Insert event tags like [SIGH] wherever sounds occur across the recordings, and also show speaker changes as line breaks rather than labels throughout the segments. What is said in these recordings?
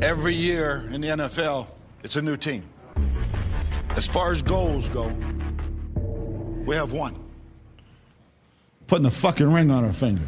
Every year in the NFL, it's a new team. As far as goals go, we have one. Putting a fucking ring on our finger.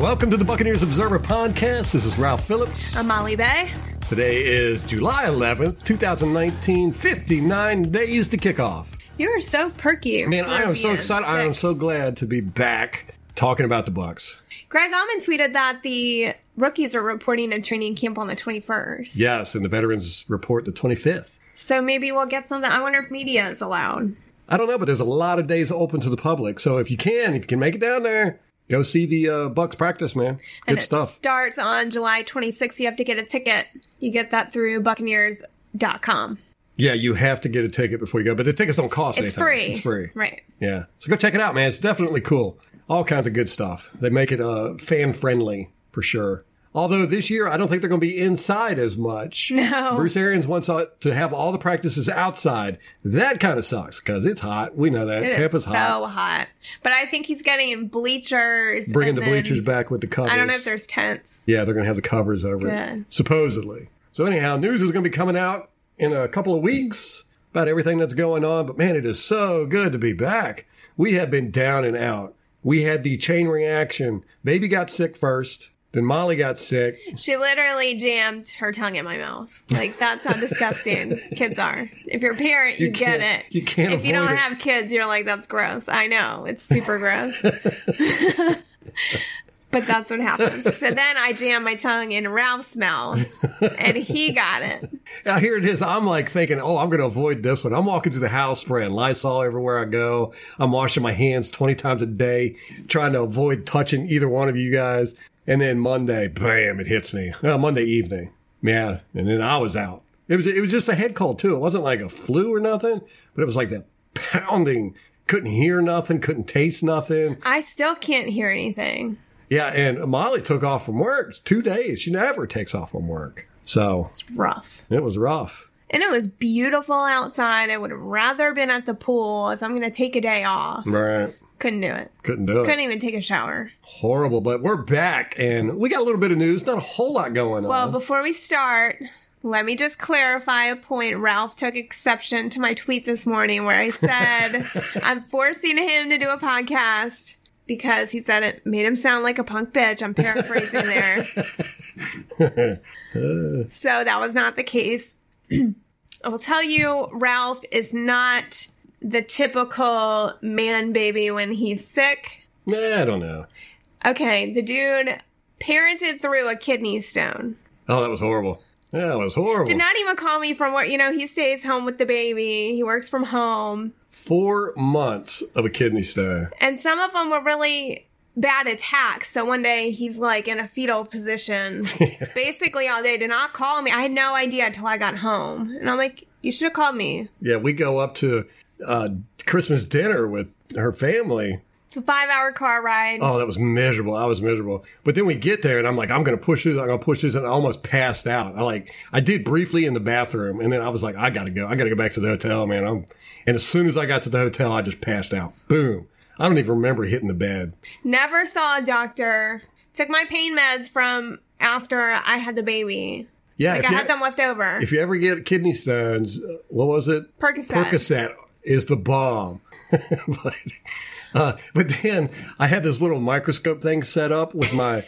Welcome to the Buccaneers Observer Podcast. This is Ralph Phillips.
Amali Bay.
Today is July 11th, 2019, 59 days to kickoff.
You are so perky.
Man, I am so
Ruffian.
excited. I am so glad to be back talking about the Bucks.
Greg Almond tweeted that the rookies are reporting to training camp on the 21st.
Yes, and the veterans report the 25th.
So maybe we'll get something. I wonder if media is allowed.
I don't know, but there's a lot of days open to the public. So if you can, if you can make it down there, go see the uh, Bucks practice, man. Good
and
stuff.
It starts on July 26th. You have to get a ticket. You get that through buccaneers.com.
yeah, you have to get a ticket before you go, but the tickets don't cost
It's
anything.
free.
It's free.
Right.
Yeah. So go check it out, man. It's definitely cool. All kinds of good stuff. They make it uh, fan friendly for sure. Although this year, I don't think they're going to be inside as much.
[LAUGHS] No.
Bruce Arians wants uh, to have all the practices outside. That kind of sucks because it's hot. We know that.
It is
Tampa's hot.
so hot. But I think he's getting bleachers.
Bringing
and
the
then-
bleachers back with the covers.
I don't know if there's tents.
Yeah, they're going to have the covers over it,
Good.
supposedly. So anyhow, news is going to be coming out in a couple of weeks about everything that's going on. But man, it is so good to be back. We have been down and out. We had the chain reaction. Baby got sick first. Then Molly got sick.
She literally jammed her tongue in my mouth. Like that's how
[LAUGHS]
disgusting kids are. If you're a parent, you, get
can't-
it.
you can't
If you
avoid
don't
it.
have kids, you're like, that's gross. I know it's super gross.
[LAUGHS]
[LAUGHS] but that's what happens. So then I jammed my tongue in Ralph's mouth,
[LAUGHS]
and he got it.
Now here it is. I'm like thinking, oh, I'm going to avoid this one. I'm walking through the house spraying Lysol everywhere I go. I'm washing my hands 20 times a day, trying to avoid touching either one of you guys. And then Monday, bam, it hits me. Well, Monday evening. Yeah. And then I was out. It was, it was just a head cold too. It wasn't like a flu or nothing, but it was like that pounding. Couldn't hear nothing. Couldn't taste nothing.
I still can't hear anything.
Yeah. And Molly took off from work two days. She never takes off from work. So
It's rough.
it was rough.
And it was beautiful outside. I would have rather been at the pool if I'm going to take a day off.
Right.
Couldn't do it.
Couldn't do it.
Couldn't even take a shower.
Horrible, but we're back and we got a little bit of news, not a whole lot going
Well,
on.
before we start, let me just clarify a point. Ralph took exception to my tweet this morning where I said I'm forcing him to do a podcast because he said it made him sound like a punk bitch. I'm paraphrasing there. so that was not the case. [CLEARS THROAT] I will tell you, Ralph is not the typical man baby when he's sick.
Nah, I don't know.
Okay, the dude parented through a kidney stone.
Oh, that was horrible. That was horrible.
Did not even call me from work. You know, he stays home with the baby. He works from home.
Four months of a kidney stone.
And some of them were really bad attacks. So one day he's like in a
[LAUGHS]
fetal position, [LAUGHS] basically all day. Did not call me. I had no idea until I got home. And I'm like, you should have called me.
Yeah, we go up to uh, Christmas dinner with her family.
It's a five hour car ride.
Oh, that was miserable. I was miserable. But then we get there and I'm like, I'm going to push this. I'm going to push this. And I almost passed out. I like, I did briefly in the bathroom and then I was like, I got to go. I got to go back to the hotel, man. I'm, and as soon as I got to the hotel, I just passed out. Boom. I don't even remember hitting the bed.
Never saw a doctor. Took my pain meds from after I had the baby.
Yeah,
Like
if
I
you-
had some left over.
If you ever get kidney stones, uh, what was it?
Percocet.
Percocet is the bomb. [LAUGHS] but, uh, but then I had this little microscope thing set up with
[LAUGHS]
my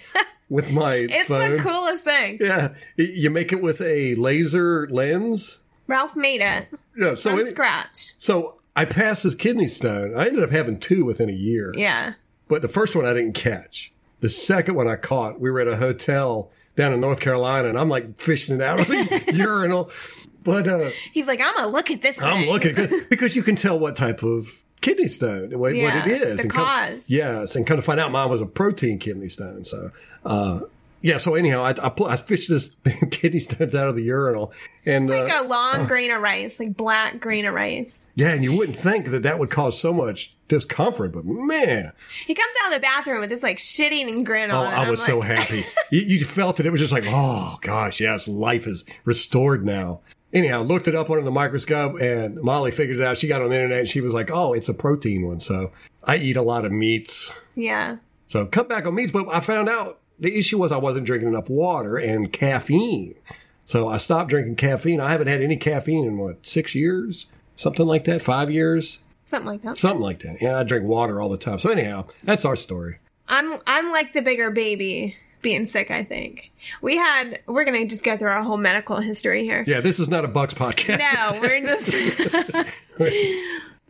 with my
It's
phone.
the coolest thing.
Yeah, y- you make it with a laser lens.
Ralph made it
Yeah, so
from
any-
scratch.
so I passed this kidney stone. I ended up having two within a year.
Yeah.
But the first one I didn't catch. The second one I caught. We were at a hotel down in North Carolina, and I'm like fishing it out [LAUGHS] of the urinal. But uh,
He's like, I'm gonna look at this.
I'm
thing."
looking
[LAUGHS]
good because you can tell what type of kidney stone, what,
Yeah,
what it is,
the
and come-
cause.
yes, and kind of find out mine was a protein kidney stone. So, uh, yeah. So anyhow, I, I, pull, I fished this [LAUGHS] kidney stones out of the urinal, and
Like
uh,
a long grain of rice, like black grain of rice.
yeah, and you wouldn't think that that would cause so much discomfort, but man,
He comes out of the bathroom with this like shitting and grin
oh,
on.
I
I'm
was
like,
so
[LAUGHS]
happy. you, you felt it. It was just like, oh gosh, yes, life is restored now. Anyhow, looked it up under the microscope, and Molly figured it out. She got on the internet, and she was like, "Oh, it's a protein one." So I eat a lot of meats.
Yeah.
So cut back on meats, but I found out the issue was I wasn't drinking enough water and caffeine. So I stopped drinking caffeine. I haven't had any caffeine in what, six years? Something like that? Five years?
Something like that.
Something like that. Yeah, I drink water all the time. So anyhow, that's our story.
I'm I'm like the bigger baby being sick, I think. We had we're gonna just go through our whole medical history here.
Yeah, this is not a Bucks podcast.
[LAUGHS] No, we're just [LAUGHS]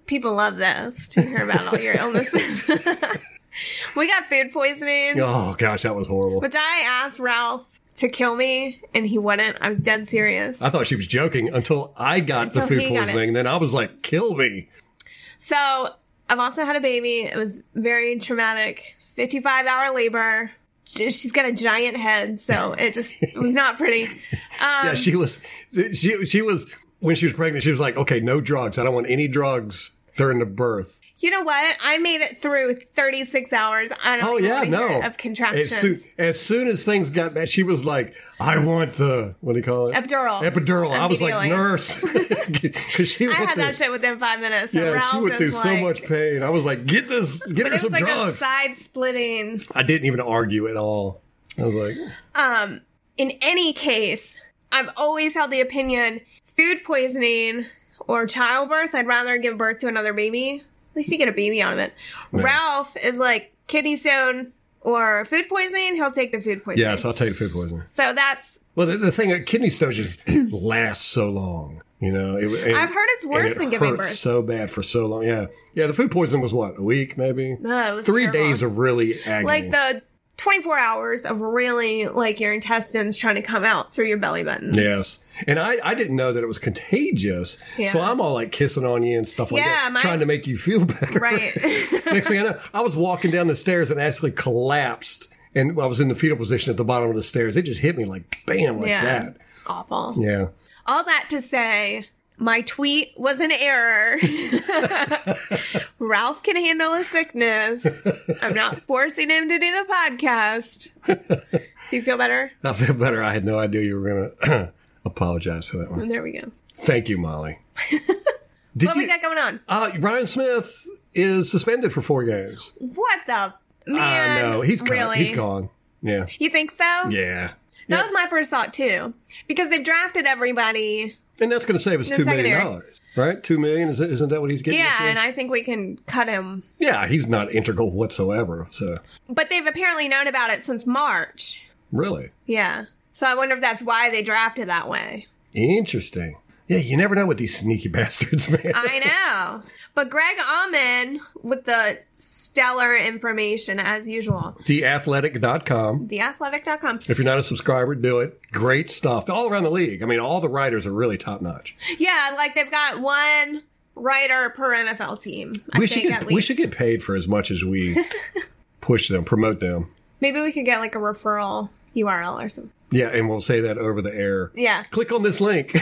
people love this to hear about all your illnesses. [LAUGHS] we got food poisoning.
Oh gosh, that was horrible.
Which I asked Ralph to kill me, and he wouldn't. I was dead serious.
I thought she was joking until I got the
Until
food
he got it.
poisoning. and Then I was like, "Kill me!"
So I've also had a baby. It was very traumatic. 55 hour labor. J- She's got a giant head, so
[LAUGHS]
it just was not pretty. Um,
yeah, she was. She she was when she was pregnant. She was like, "Okay, no drugs. I don't want any drugs during the birth."
you know what? I made it through 36 hours. I don't
Oh
even
yeah,
wanna hear
no
of
As
contractions.
soon, as soon as things got bad, she was like, "I want the what do you call it?
Epidural.
Epidural." I was like,
Immediately.
"Nurse," [LAUGHS] because she
[LAUGHS] I
went
had
through,
that shit within five minutes. So
Yeah,
Ralph
she went
is
through so
like-
much pain. I was like, "Get this, get
But
her
it was
some
like a
drugs."
side splitting.
I didn't even argue at all. I was like,
Um, in any case, I've always held the opinion food poisoning or childbirth, I'd rather give birth to another baby. At least you get a baby out of it.
Yeah.
Ralph is like kidney stone or food poisoning, he'll take the food poisoning.
"Yes, I'll take food poisoning."
So that's
Well, the, the thing, kidney stones just [CLEARS THROAT] lasts so long. You know, it, and-
I've heard it's
and
worse
it
than giving
hurt
birth.
So bad for so long. Yeah, yeah. The food poisoning was what a week, maybe
no, it was
three
terrible.
days of really agony.
like the 24 hours of really like your intestines trying to come out through your belly button.
yes, and I I didn't know that it was contagious.
Yeah.
So I'm all like kissing on you and stuff like
Yeah,
that,
my-
trying to make you feel [LAUGHS] better. [LAUGHS]
Right.
Next thing I know, I was walking down the stairs and actually collapsed. And I was in the fetal position at the bottom of the stairs. It just hit me like bam, like
Yeah.
that.
Awful.
Yeah.
All that to say, my tweet was
[LAUGHS]
an error. Ralph can handle a sickness.
[LAUGHS]
I'm not forcing him to do the podcast. Do you feel better?
I feel better. I had no idea you were going to [CLEARS THROAT] apologize for that one.
There we go.
Thank you, Molly.
[LAUGHS]
Did
What
you?
we got going on?
uh, Ryan Smith is suspended for four games.
What the
I
man?
know Ah, he's gone.
really.
He's gone. Yeah,
You think so?
yeah.
That was my first thought too, because they've drafted everybody.
And that's going to save us
No,
two million
secondary.
dollars, right? Two million is isn't that what he's getting?
Yeah,
this year?
and I think we can cut him.
yeah. He's not integral whatsoever. So
But they've apparently known about it since March.
really
Yeah. So I wonder if that's why they drafted that way.
interesting. Yeah, you never know with these sneaky [LAUGHS] bastards, man.
I know. But Greg Almond with the stellar information as usual.
TheAthletic.com.
Theathletic.com.
If you're not a subscriber, do it. Great stuff all around the league. I mean, all the writers are really top notch.
Yeah, like they've got one writer per NFL team. I
we should
think at
get,
least.
we should get paid for as much as
[LAUGHS]
we push them, promote them.
Maybe we could get like a referral URL or something.
Yeah, and we'll say that over the air.
Yeah.
Click on this
[LAUGHS]
link.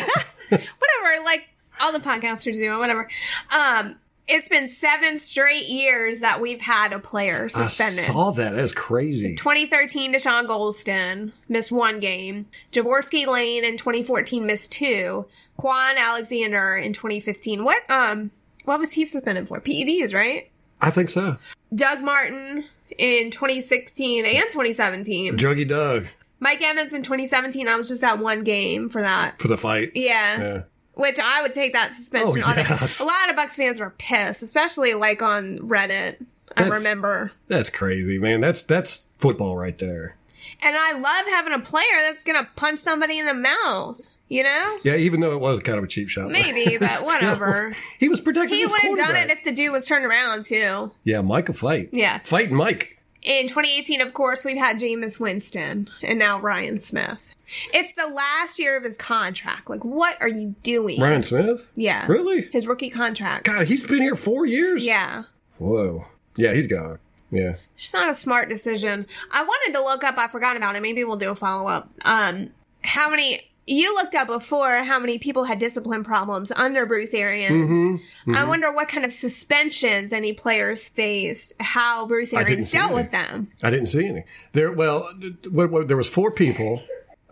Whatever, like all the podcasters do, whatever. Um it's been seven straight years that we've had a player
I
suspended.
saw that. That's crazy.
2013, Deshaun Goldston missed one game. Jaworski Lane in 2014 missed two. Quan Alexander in 2015. What um what was he suspended for? PEDs, right?
I think so.
Doug Martin in 2016 and 2017.
Juggy Doug
Mike Evans in 2017. That was just that one game for that.
for the fight.
Yeah.
Yeah.
Which I would take that suspension
Oh,
on
yes.
it. A lot of Bucks fans were pissed, especially like on Reddit. I
That's-
remember.
That's crazy, man. That's that's football right there.
And I love having a player that's going to punch somebody in the mouth, you know?
Yeah, even though it was kind of a cheap shot. [LAUGHS]
Maybe, but whatever.
he was protecting
He
his
would have done
quarterback.
it if the dude was turned around, too.
yeah, Mike a fight.
Yeah.
Fight Mike.
In 2018, of course, we've had Jameis Winston and now Ryan Smith. It's the last year of his contract. Like, what are you doing?
Ryan Smith?
Yeah.
Really?
His rookie contract.
God, he's been here four years?
Yeah.
Whoa. Yeah, he's gone. Yeah.
It's just not a smart decision. I wanted to look up, I forgot about it. Maybe we'll do a follow up. Um, how many. You looked up before how many people had discipline problems under Bruce Arians.
hmm
I wonder what kind of suspensions any players faced, how Bruce
I didn't
Arians
see
dealt
any.
with them.
I didn't see any. There, well, th- what, what, there was four people.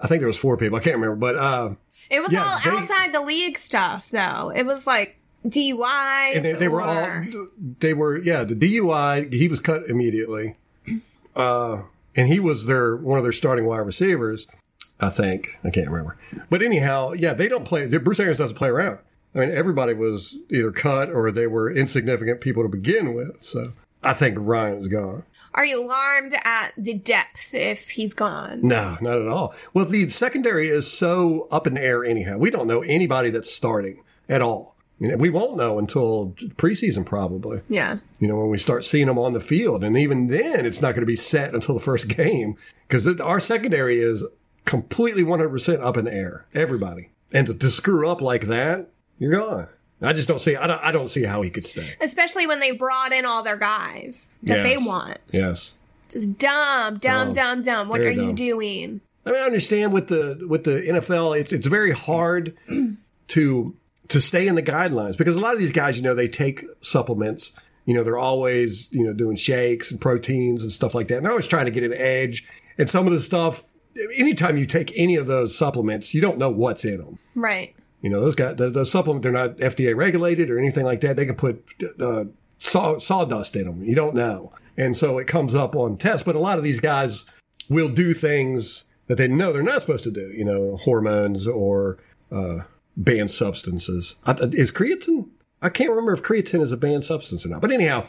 I think there was four people. I can't remember, but uh,
It was
Yeah,
all
they-
outside the league stuff, though. It was like DUI.
and they, they were all they were yeah. The DUI he was cut immediately. Uh, and he was their one of their starting wide receivers, I think. I can't remember. But anyhow, yeah, they don't play. Bruce Arians doesn't play around. I mean, everybody was either cut or they were insignificant people to begin with. So I think Ryan's gone.
Are you alarmed at the depth if he's gone?
No, not at all. Well, the secondary is so up in the air anyhow. We don't know anybody that's starting at all. You know, we won't know until preseason probably.
Yeah.
You know, when we start seeing them on the field, and even then, it's not going to be set until the first [LAUGHS] game because our secondary is completely 100% up in the air. Everybody, and to, to screw up like that, you're gone. I just don't see. I don't, I don't see how he could stay.
Especially when they brought in all their guys that
Yes.
they want.
Yes.
Just dumb,
Dumb.
dumb, dumb, dumb. What
Oh, Very
are you
dumb.
doing?
I mean, I understand with the with the NFL, it's it's very hard [CLEARS THROAT] to to stay in the guidelines because a lot of these guys, you know, they take supplements. You know, they're always you know doing shakes and proteins and stuff like that. And they're always trying to get an edge. And some of the stuff, anytime you take any of those supplements, you don't know what's in them.
Right.
You know, those guys, those, those supplements, they're not FDA regulated or anything like that. They can put uh, saw, sawdust in them. You don't know. And so it comes up on tests. But a lot of these guys will do things that they know they're not supposed to do, you know, hormones or uh, banned substances. I, th- is creatine? I can't remember if creatine is a banned substance or not. But anyhow,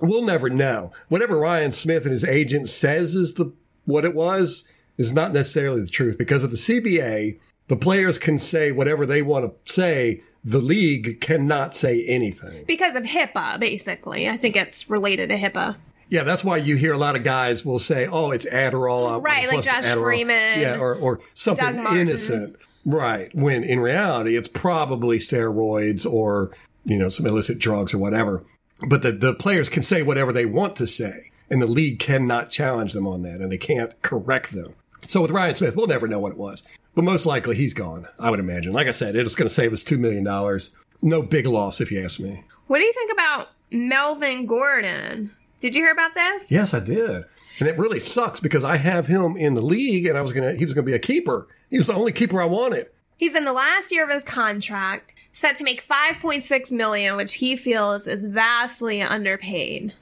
we'll never know. Whatever Ryan Smith and his agent says is the what it was is not necessarily the truth because of the CBA, the players can say whatever they want to say. The league cannot say anything.
Because of HIPAA, basically. I think it's related to HIPAA.
Yeah, that's why you hear a lot of guys will say, "Oh, it's Adderall." I-
Right, like
plus
Josh
Adderall."
Freeman,
Yeah, or or something
Doug Martin.
innocent. Right. When in reality, it's probably steroids or you know some illicit drugs or whatever. But the the players can say whatever they want to say, and the league cannot challenge them on that, and they can't correct them. So with Ryan Smith, we'll never know what it was, but most likely he's gone. I would imagine. Like I said, it's going to save us two million dollars. No big loss, if you ask me.
What do you think about Melvin Gordon? Did you hear about this?
Yes, I did. And it really sucks because I have him in the league and I was gonna he was gonna be a keeper. He was the only keeper I wanted.
He's in the last year of his contract, set to make 5.6 million, which he feels is vastly underpaid.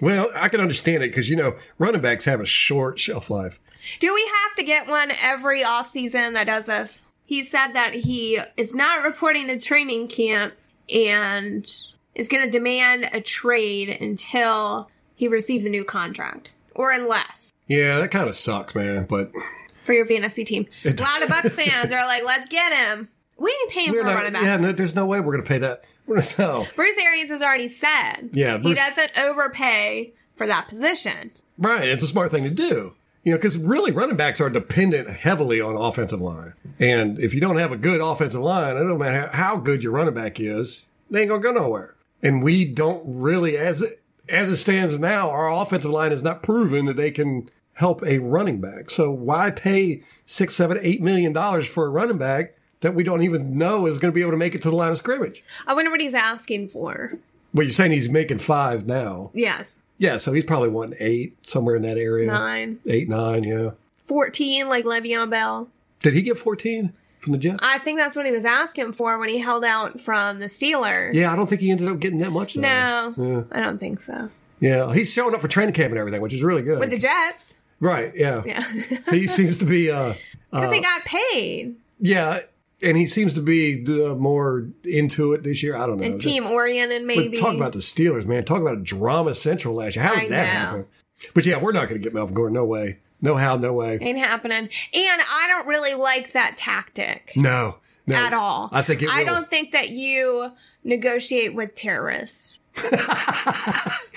Well, I can understand it because you know running backs have a short shelf life.
Do we have to get one every offseason that does this? He said that he is not reporting to training camp and is going to demand a trade until he receives a new contract or unless
Yeah, that kind of sucks, man. But
for your fantasy team. A lot of Bucks fans are like, let's get him. We ain't paying for
we're
a
not.
running back.
Yeah, no, there's no way we're gonna pay that. We're- No,
Bruce Arians has already said
Yeah,
he
Bruce-
doesn't overpay for that position.
right? It's a smart thing to do. You know, because really running backs are dependent heavily on offensive line, and if you don't have a good offensive line, it don't matter how good your running back is, they ain't gonna go nowhere. And we don't really, as it as it stands now, our offensive line has not proven that they can help a running back. So why pay six, seven, eight million dollars for a running back that we don't even know is going to be able to make it to the line of scrimmage?
I wonder what he's asking for.
Well, you're saying he's making five now.
Yeah,
Yeah, so he's probably wanting eight, somewhere in that area.
nine,
Eight, nine, yeah.
14, like Le'Veon Bell.
Did he get 14 from the Jets?
I think that's what he was asking for when he held out from the Steelers.
yeah, I don't think he ended up getting that much. Though.
No, I don't think so.
Yeah, he's showing up for training camp and everything, which is really good.
With the Jets,
right, yeah.
yeah, [LAUGHS] because
he seems to be, uh,
they got paid
yeah, and he seems to be uh, more into it this year. I don't know.
and team oriented,
But
maybe.
talk about the Steelers, man. Talk about a drama central last year. How did
I
that
know.
happen? But yeah, we're not going to get Melvin Gordon. No way. No how, no way.
Ain't happening. And I don't really like that tactic
No. No.
at all.
I think it
I
will.
don't think that you negotiate
[LAUGHS]
with terrorists.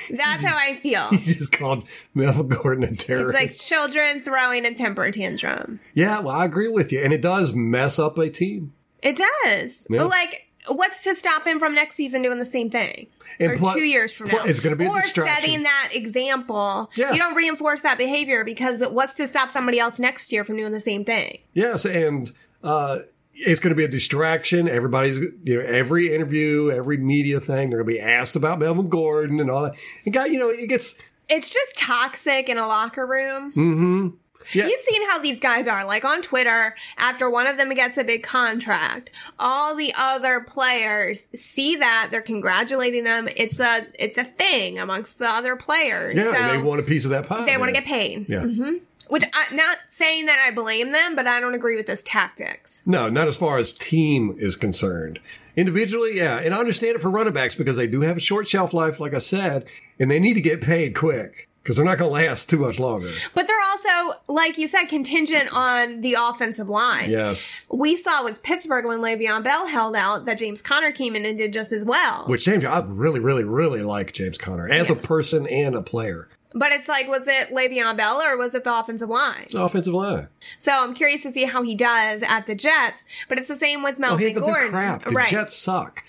That's how I feel.
[LAUGHS] He just called Melvin Gordon a
It's
terrorist.
like children throwing a temper tantrum.
yeah, well, I agree with you. And it does mess up a team.
It does.
Yeah.
Like, what's to stop him from next season doing the same thing?
And
or
plu-
two years from
plu-
now.
It's going to be a
or
distraction.
setting that example.
Yeah.
You don't reinforce that behavior because what's to stop somebody else next year from doing the same thing?
Yes, and uh, it's going to be a distraction. Everybody's, you know, every interview, every media thing, they're going to be asked about Melvin Gordon and all that. And guy, you know, it gets
It's just toxic in a locker room.
Mm-hmm. Yeah.
You've seen how these guys are. Like on Twitter, after one of them gets a big contract, all the other players see that they're congratulating them. It's a it's a thing amongst the other players.
Yeah,
so
they want a piece of that pie.
they want to
man.
get mm-hmm.
Yeah.
paid. Which I'm not saying that I blame them, but I don't agree with those tactics.
No, not as far as team is concerned. Individually, yeah, and I understand it for running backs because they do have a short shelf life, like I said, and they need to get paid quick because they're not going to last too much
[LAUGHS]
longer.
But they're also, like you said, contingent on the offensive line.
Yes,
We saw with Pittsburgh when Le'Veon Bell held out that James Conner came in and did just as well.
which James, I really, really, really like James Conner as a person and a player.
but it's like, was it Le'Veon Bell or was it the offensive line?
The offensive line.
So I'm curious to see how he does at the Jets. But it's the same with
Oh,
Melvin
hey, but they're
Gordon,
crap. The
right?
Jets suck.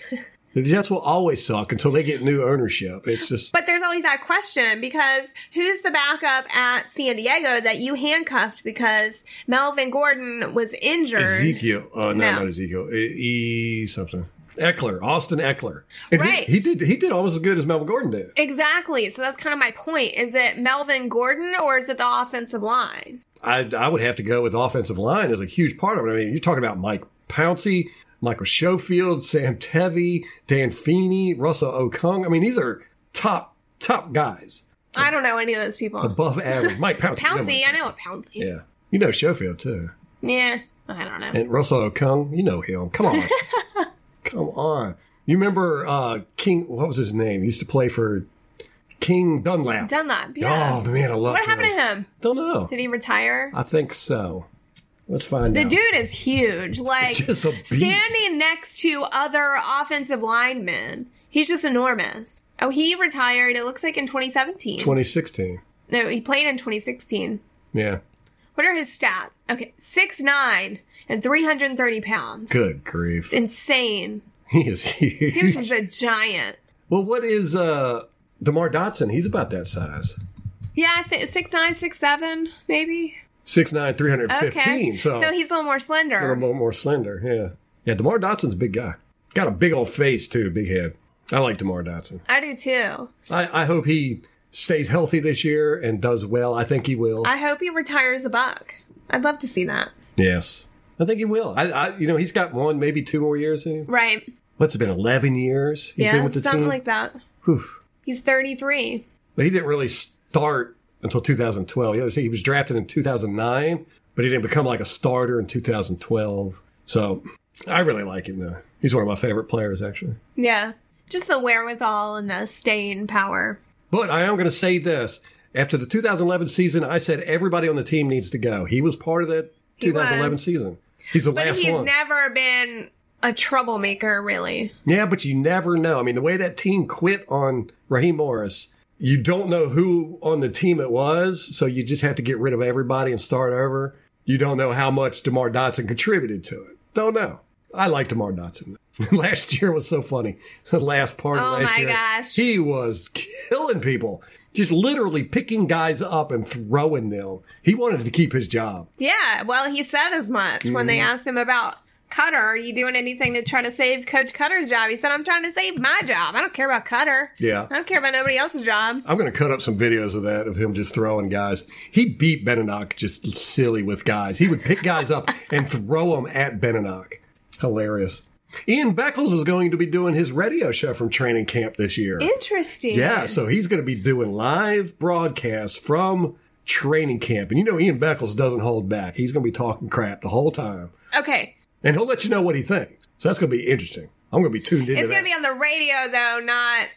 The Jets will always suck until they get new ownership. It's just
But there's always that question because who's the backup at San Diego that you handcuffed because Melvin Gordon was injured?
Ezekiel. Uh, no,
No.
not Ezekiel. E, E something. Eckler, Austin Eckler. And
Right.
He, he did. He did almost as good as Melvin Gordon did.
Exactly. So that's kind of my point. Is it Melvin Gordon or is it the offensive line?
I, I would have to go with offensive line as a huge part of it. I mean, you're talking about Mike Pouncey, Michael Schofield, Sam Tevy, Dan Feeney, Russell Okung. I mean, these are top top guys
I don't know any of those people.
above average. Mike Pouncey.
Pouncey, I
come on.
know a Pouncey.
Yeah, you know Schofield too,
Yeah, I don't know.
and Russell Okung. You know him. Come
[LAUGHS]
on, come on. You remember uh, King? What was his name? He used to play for King Dunlap.
Dunlap, yeah.
Oh man, I love.
what happened to him?
Don't know.
Did he retire?
I think so. Let's find
The
out.
dude is huge. Like
Just a beast.
standing next to other offensive linemen, he's just enormous. Oh, he retired. It looks like in 2017.
2016.
no, he played in 2016.
Yeah.
What are his stats? Okay, six nine and 330 pounds.
Good grief.
Insane.
[LAUGHS] He is
He was just
huge.
a giant.
[LAUGHS] well, what is uh Demar Dotson? He's about that size.
Yeah, I think six nine, six seven, maybe.
six nine, three hundred
Okay,
fifteen. So,
he's a little more
a
slender.
little more, more slender. Yeah. Yeah, Demar Dotson's a big guy. Got a big old face too, big head. I like Demar Dotson.
I do too.
I, I hope he stays healthy this year and does well. I think he will.
I hope he retires a buck. I'd love to see that.
yes. I think he will. I, I you know, he's got one, maybe two more years in him.
Right.
What's it been, eleven years? He's been
yeah,
with the
something
team.
like that.
Whew.
He's 33.
But he didn't really start until 2012. You know, he was drafted in 2009, but he didn't become like a starter in 2012. So I really like him though. He's one of my favorite players actually.
Yeah. Just the wherewithal and the staying power.
But I am going to say this: after the 2011 season, I said everybody on the team needs to go. He was part of that
He
2011
was.
season. He's the
But
last
he's
one.
never been a troublemaker, really.
yeah, but you never know. I mean, the way that team quit on Raheem Morris. You don't know who on the team it was, so you just have to get rid of everybody and start over. You don't know how much DeMar Dotson contributed to it. Don't know. I like DeMar Dotson. [LAUGHS] last year was so funny. The last part
Oh
of last
my
year.
gosh.
He was killing people. Just literally picking guys up and throwing them. He wanted to keep his job.
Yeah. Well, he said as much when they
Mm-hmm.
asked him about Cutter. Are you doing anything to try to save Coach Cutter's job? He said, I'm trying to save my job. I don't care about Cutter.
Yeah.
I don't care about nobody else's job.
I'm going to cut up some videos of that of him just throwing guys. He beat Beninock just silly with guys. He would pick guys up and throw them at Beninock. Hilarious. Ian Beckles is going to be doing his radio show from training camp this year.
Interesting.
Yeah, so he's going to be doing live broadcasts from training camp. And you know, Ian Beckles doesn't hold back. He's going to be talking crap the whole time.
Okay.
And he'll let you know what he thinks. So that's going to be interesting. I'm going to be tuned into
It's
that.
going to be on the radio, though, not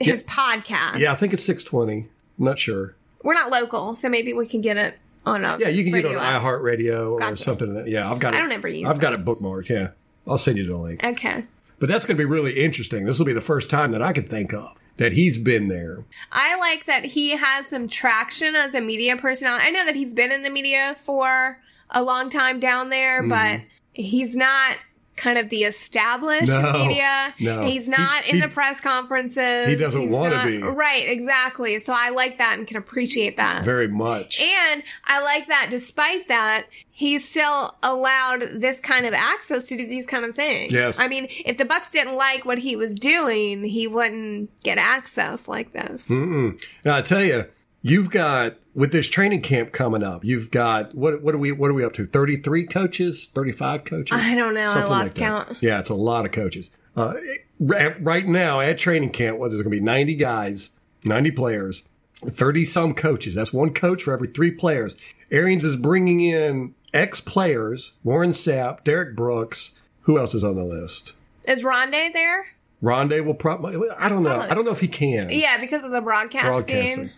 his podcast.
yeah, I think it's 620. I'm not sure.
We're not local, so maybe we can get it on a
Yeah, you can
radio
get it on
app.
iHeartRadio or
Gotcha.
something. That, yeah, I've got.
I
it-
don't ever use
I've got it bookmarked. Yeah, I'll send you the link.
Okay.
But that's going to be really interesting. This will be the first time that I can think of that he's been there.
I like that he has some traction as a media personality. I know that he's been in the media for a long time down there,
Mm-hmm.
but he's not kind of the established
No,
media.
no.
He's not
He-
in
he-
the press conferences.
he doesn't
He's
wanna
not-
be.
Right, exactly. So I like that and can appreciate that.
Very much.
And I like that despite that, he's still allowed this kind of access to do these kind of things.
Yes.
I mean, if the Bucks didn't like what
Hmm.
he was doing, he wouldn't get access like this.
Now I tell you, You've got with this training camp coming up. You've got what? What are we? What are we up to? Thirty three coaches, thirty five coaches.
I don't know. I
Something
lost
like that.
count. [LAUGHS]
Yeah, it's a lot of coaches. Uh, right right now at training camp, what there's going to be ninety guys, ninety players, thirty some coaches. That's one coach for every three players. Arians is bringing in ex players: Warren Sapp, Derek Brooks. Who else is on the list?
Is Rondé there?
Rondé will probably. I don't know. I don't know if he can.
Yeah, because of the broadcasting.
Broadcasting.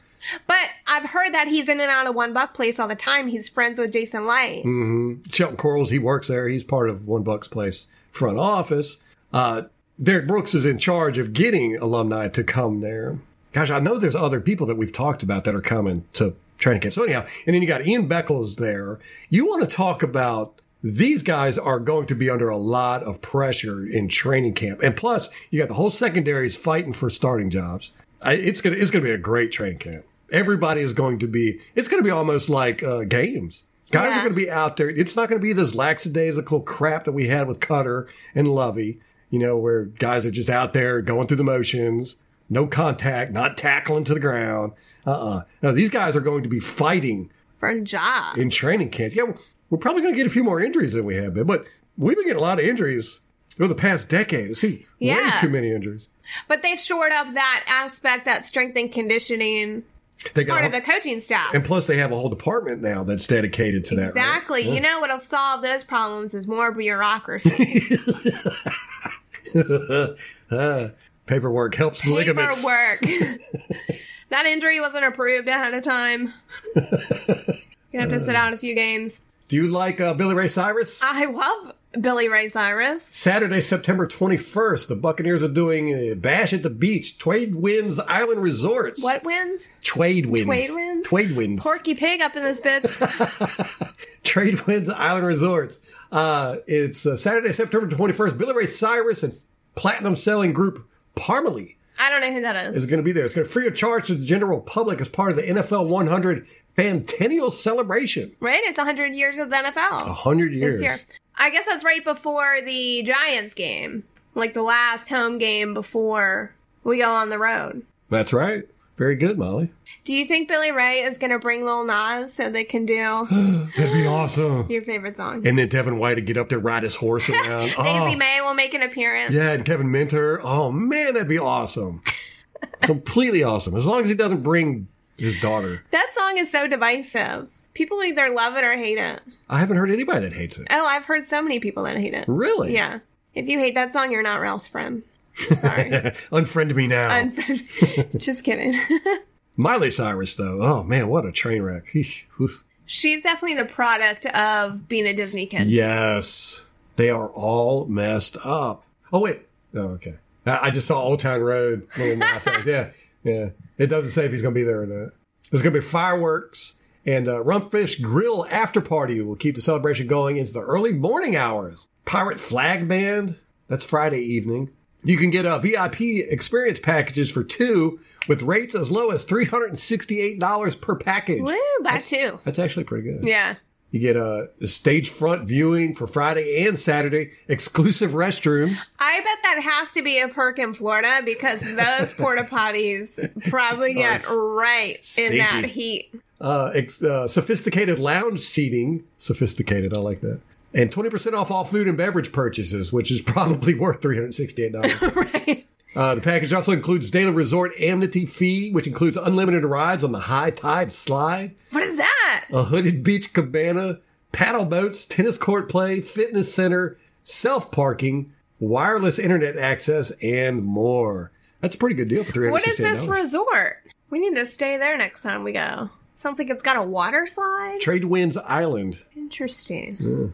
But I've heard that he's in and out of One Buck Place all the time. He's friends with Jason Light.
Hmm. Shelton Corals, he works there. He's part of One Buck's Place front office. Uh, Derek Brooks is in charge of getting alumni to come there. Gosh, I know there's other people that we've talked about that are coming to training camp. So anyhow, and then you got Ian Beckles there. You want to talk about these guys are going to be under a lot of pressure in training camp, and plus you got the whole secondary is fighting for starting jobs. I, it's gonna it's gonna be a great training camp. Everybody is going to be. It's gonna be almost like uh, games. Guys are
Yeah.
going to be out there. It's not going to be this lackadaisical crap that we had with Cutter and Lovey, you know, where guys are just out there going through the motions, no contact, not tackling to the ground. Uh uh No, these guys are going to be fighting
For a job.
in training camps. Yeah, we're probably going to get a few more injuries than we have been, but we've been getting a lot of injuries over the past decade. I see
Yeah.
way too many injuries.
But they've shored up that aspect, that strength and conditioning
They got
part
a
of the
whole-
coaching staff.
and plus, they have a whole department now that's dedicated to that. right?
Exactly. You know what'll solve those problems is more bureaucracy.
Uh, paperwork helps the [LAUGHS] ligaments. [LAUGHS]
Paperwork. that injury wasn't approved ahead
[LAUGHS]
of time. You have to sit out a few games.
Do you like uh, Billy Ray Cyrus?
I love Billy Ray Cyrus.
Saturday, September 21st, the Buccaneers are doing a bash at the beach, Twade Winds Island Resorts.
What wins?
Twade Winds.
Twade Winds?
Twade Winds.
Porky Pig up in
[LAUGHS]
this bitch.
Trade Winds Island Resorts. Uh, it's uh, Saturday, September 21st. Billy Ray Cyrus and platinum selling group Parmalee
I don't know who that is.
is going to be there. It's going to free of charge to the general public as part of the NFL 100 Fantennial Celebration.
Right? It's 100 years of the NFL.
100 Oh, years.
this year. I guess that's right before the Giants game, like the last home game before we go on the road.
That's right. Very good, Molly.
Do you think Billy Ray is going to bring Lil Nas so they can do
That'd be awesome.
your favorite song?
And then Devin White to get up there, ride his horse around.
[LAUGHS] Daisy
Oh.
May will make an appearance.
Yeah, and Kevin Minter. Oh man, that'd be awesome. Completely awesome. As long as he doesn't bring his daughter.
That song is so divisive. People either love it or hate it.
I haven't heard anybody that hates it.
Oh, I've heard so many people that hate it.
Really?
Yeah. If you hate that song, you're not Ralph's friend. Sorry.
[LAUGHS] Unfriend me now.
Unfriend. [LAUGHS] Just kidding.
Miley Cyrus, though. Oh man, what a train wreck. Eesh, oof.
She's definitely the product of being a Disney kid.
yes, they are all messed up. Oh wait. Oh okay. I, I just saw Old Town Road. [LAUGHS] Little Nas X. yeah, yeah. It doesn't say if he's gonna be there or not. There's gonna be fireworks and uh, Rumpfish Grill after party will keep the celebration going into the early morning hours. Pirate Flag Band. That's Friday evening. You can get uh, VIP experience packages for two with rates as low as three hundred and sixty-eight dollars per package.
Woo, back two.
That's actually pretty good.
Yeah.
You get a stage front viewing for Friday and Saturday, exclusive restrooms.
I bet that has to be a perk in Florida
[LAUGHS]
because those porta potties probably get right in that
stinky.
heat. [LAUGHS]
uh, ex- uh, sophisticated lounge seating. Sophisticated, I like that. And 20% off all food and beverage purchases, which is [LAUGHS] probably worth $368.
Right.
uh, the package also includes daily resort amity fee, which includes unlimited rides on the high tide slide,
What is that?
a hooded beach cabana, paddle boats, tennis court play, fitness center, self parking, wireless internet access, and more. That's a pretty good deal for $368.
What is this resort? We need to stay there next time we go. Sounds like it's got a water slide.
Trade Winds Island.
Interesting.
Hmm.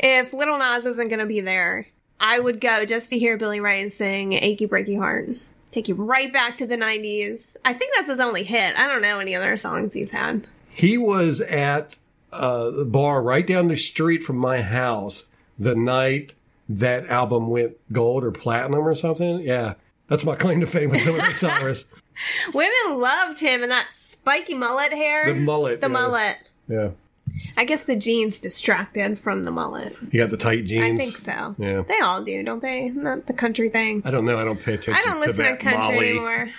If Little Nas isn't going to be there, I would go just to hear Billy Ray sing Achy Breaky Heart. Take you right back to the 90s. I think that's his only hit. I don't know any other songs he's had.
He was at uh, the bar right down the street from my house the night that album went gold or platinum or something. Yeah, that's my claim to fame with Billy Ray
[LAUGHS]
Cyrus.
Women loved him and that spiky mullet hair.
The mullet,
The
yeah.
mullet.
Yeah,
I guess the jeans distracted from the mullet.
he got the tight
I
jeans.
think so.
Yeah.
They all do, don't they? Not the country thing.
I don't know. I don't pay attention.
I don't
to [LAUGHS]
listen to
that,
country
Molly.
anymore.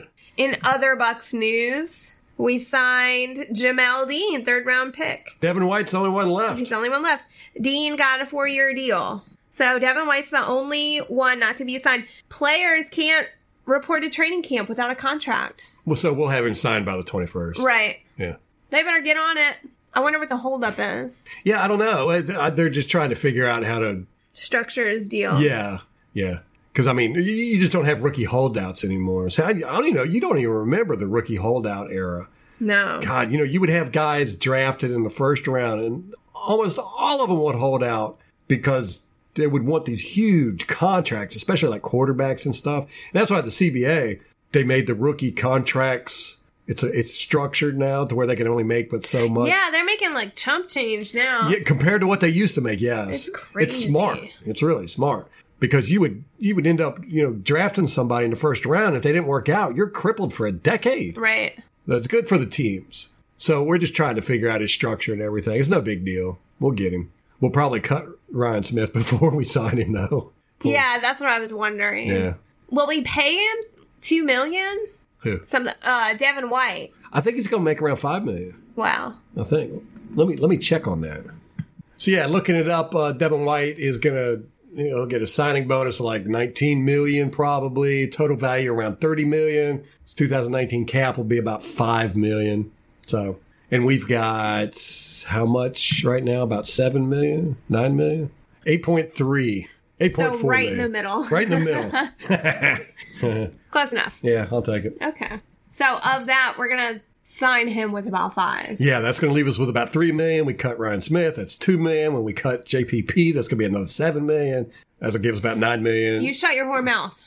[LAUGHS] In other Bucks news, we signed Jamel Dean, third round pick.
Devin White's the only one
He's
left.
the only one left. Dean got a four year deal. So Devin White's the only one not to be signed. Players can't report to training camp without a contract.
Well, so we'll have him signed by the 21st.
Right.
Yeah.
They better get on it. I wonder what the holdup is.
Yeah, I don't know. I- I- They're just trying to figure out how to.
Structure his deal.
Yeah, yeah. Because I mean, you- you just don't have rookie holdouts anymore. So I, I don't even know. You don't even remember the rookie holdout era.
No.
God, you know, you would have guys drafted in the first round, and almost all of them would hold out because they would want these huge contracts, especially like quarterbacks and stuff. And that's why the CBA they made the rookie contracts. It's a, it's structured now to where they can only make but so much.
Yeah, they're making like chump change now.
Yeah, compared to what they used to make, yes,
It's crazy.
It's smart. It's really smart because you would you would end up you know drafting somebody in the first round if they didn't work out. You're crippled for a decade.
Right.
That's good for the teams. So we're just trying to figure out his structure and everything. It's no big deal. We'll get him. We'll probably cut Ryan Smith [LAUGHS] before we sign him, though.
Yeah, that's what I was wondering.
Yeah.
Will we pay him two million?
Who?
Some uh Devin White.
I think he's going to make around five million.
Wow.
I think. Let me let me check on that. So yeah, looking it up, uh, Devin White is gonna you know get a signing bonus of like 19 million probably. Total value around 30 million. His 2019 cap will be about 5 million. So and we've got how much right now? About 7 million, 9 million, 8.3. 8.4
right
million.
in the middle.
Right in the middle.
[LAUGHS] Close enough.
yeah, I'll take it.
Okay. So of that, we're gonna sign him with about five.
Yeah, that's going to leave us with about three million. We cut Ryan Smith, that's two million. When we cut JPP, that's going to be another seven million. That'll give us about nine million.
You shut your
[LAUGHS]
whore mouth.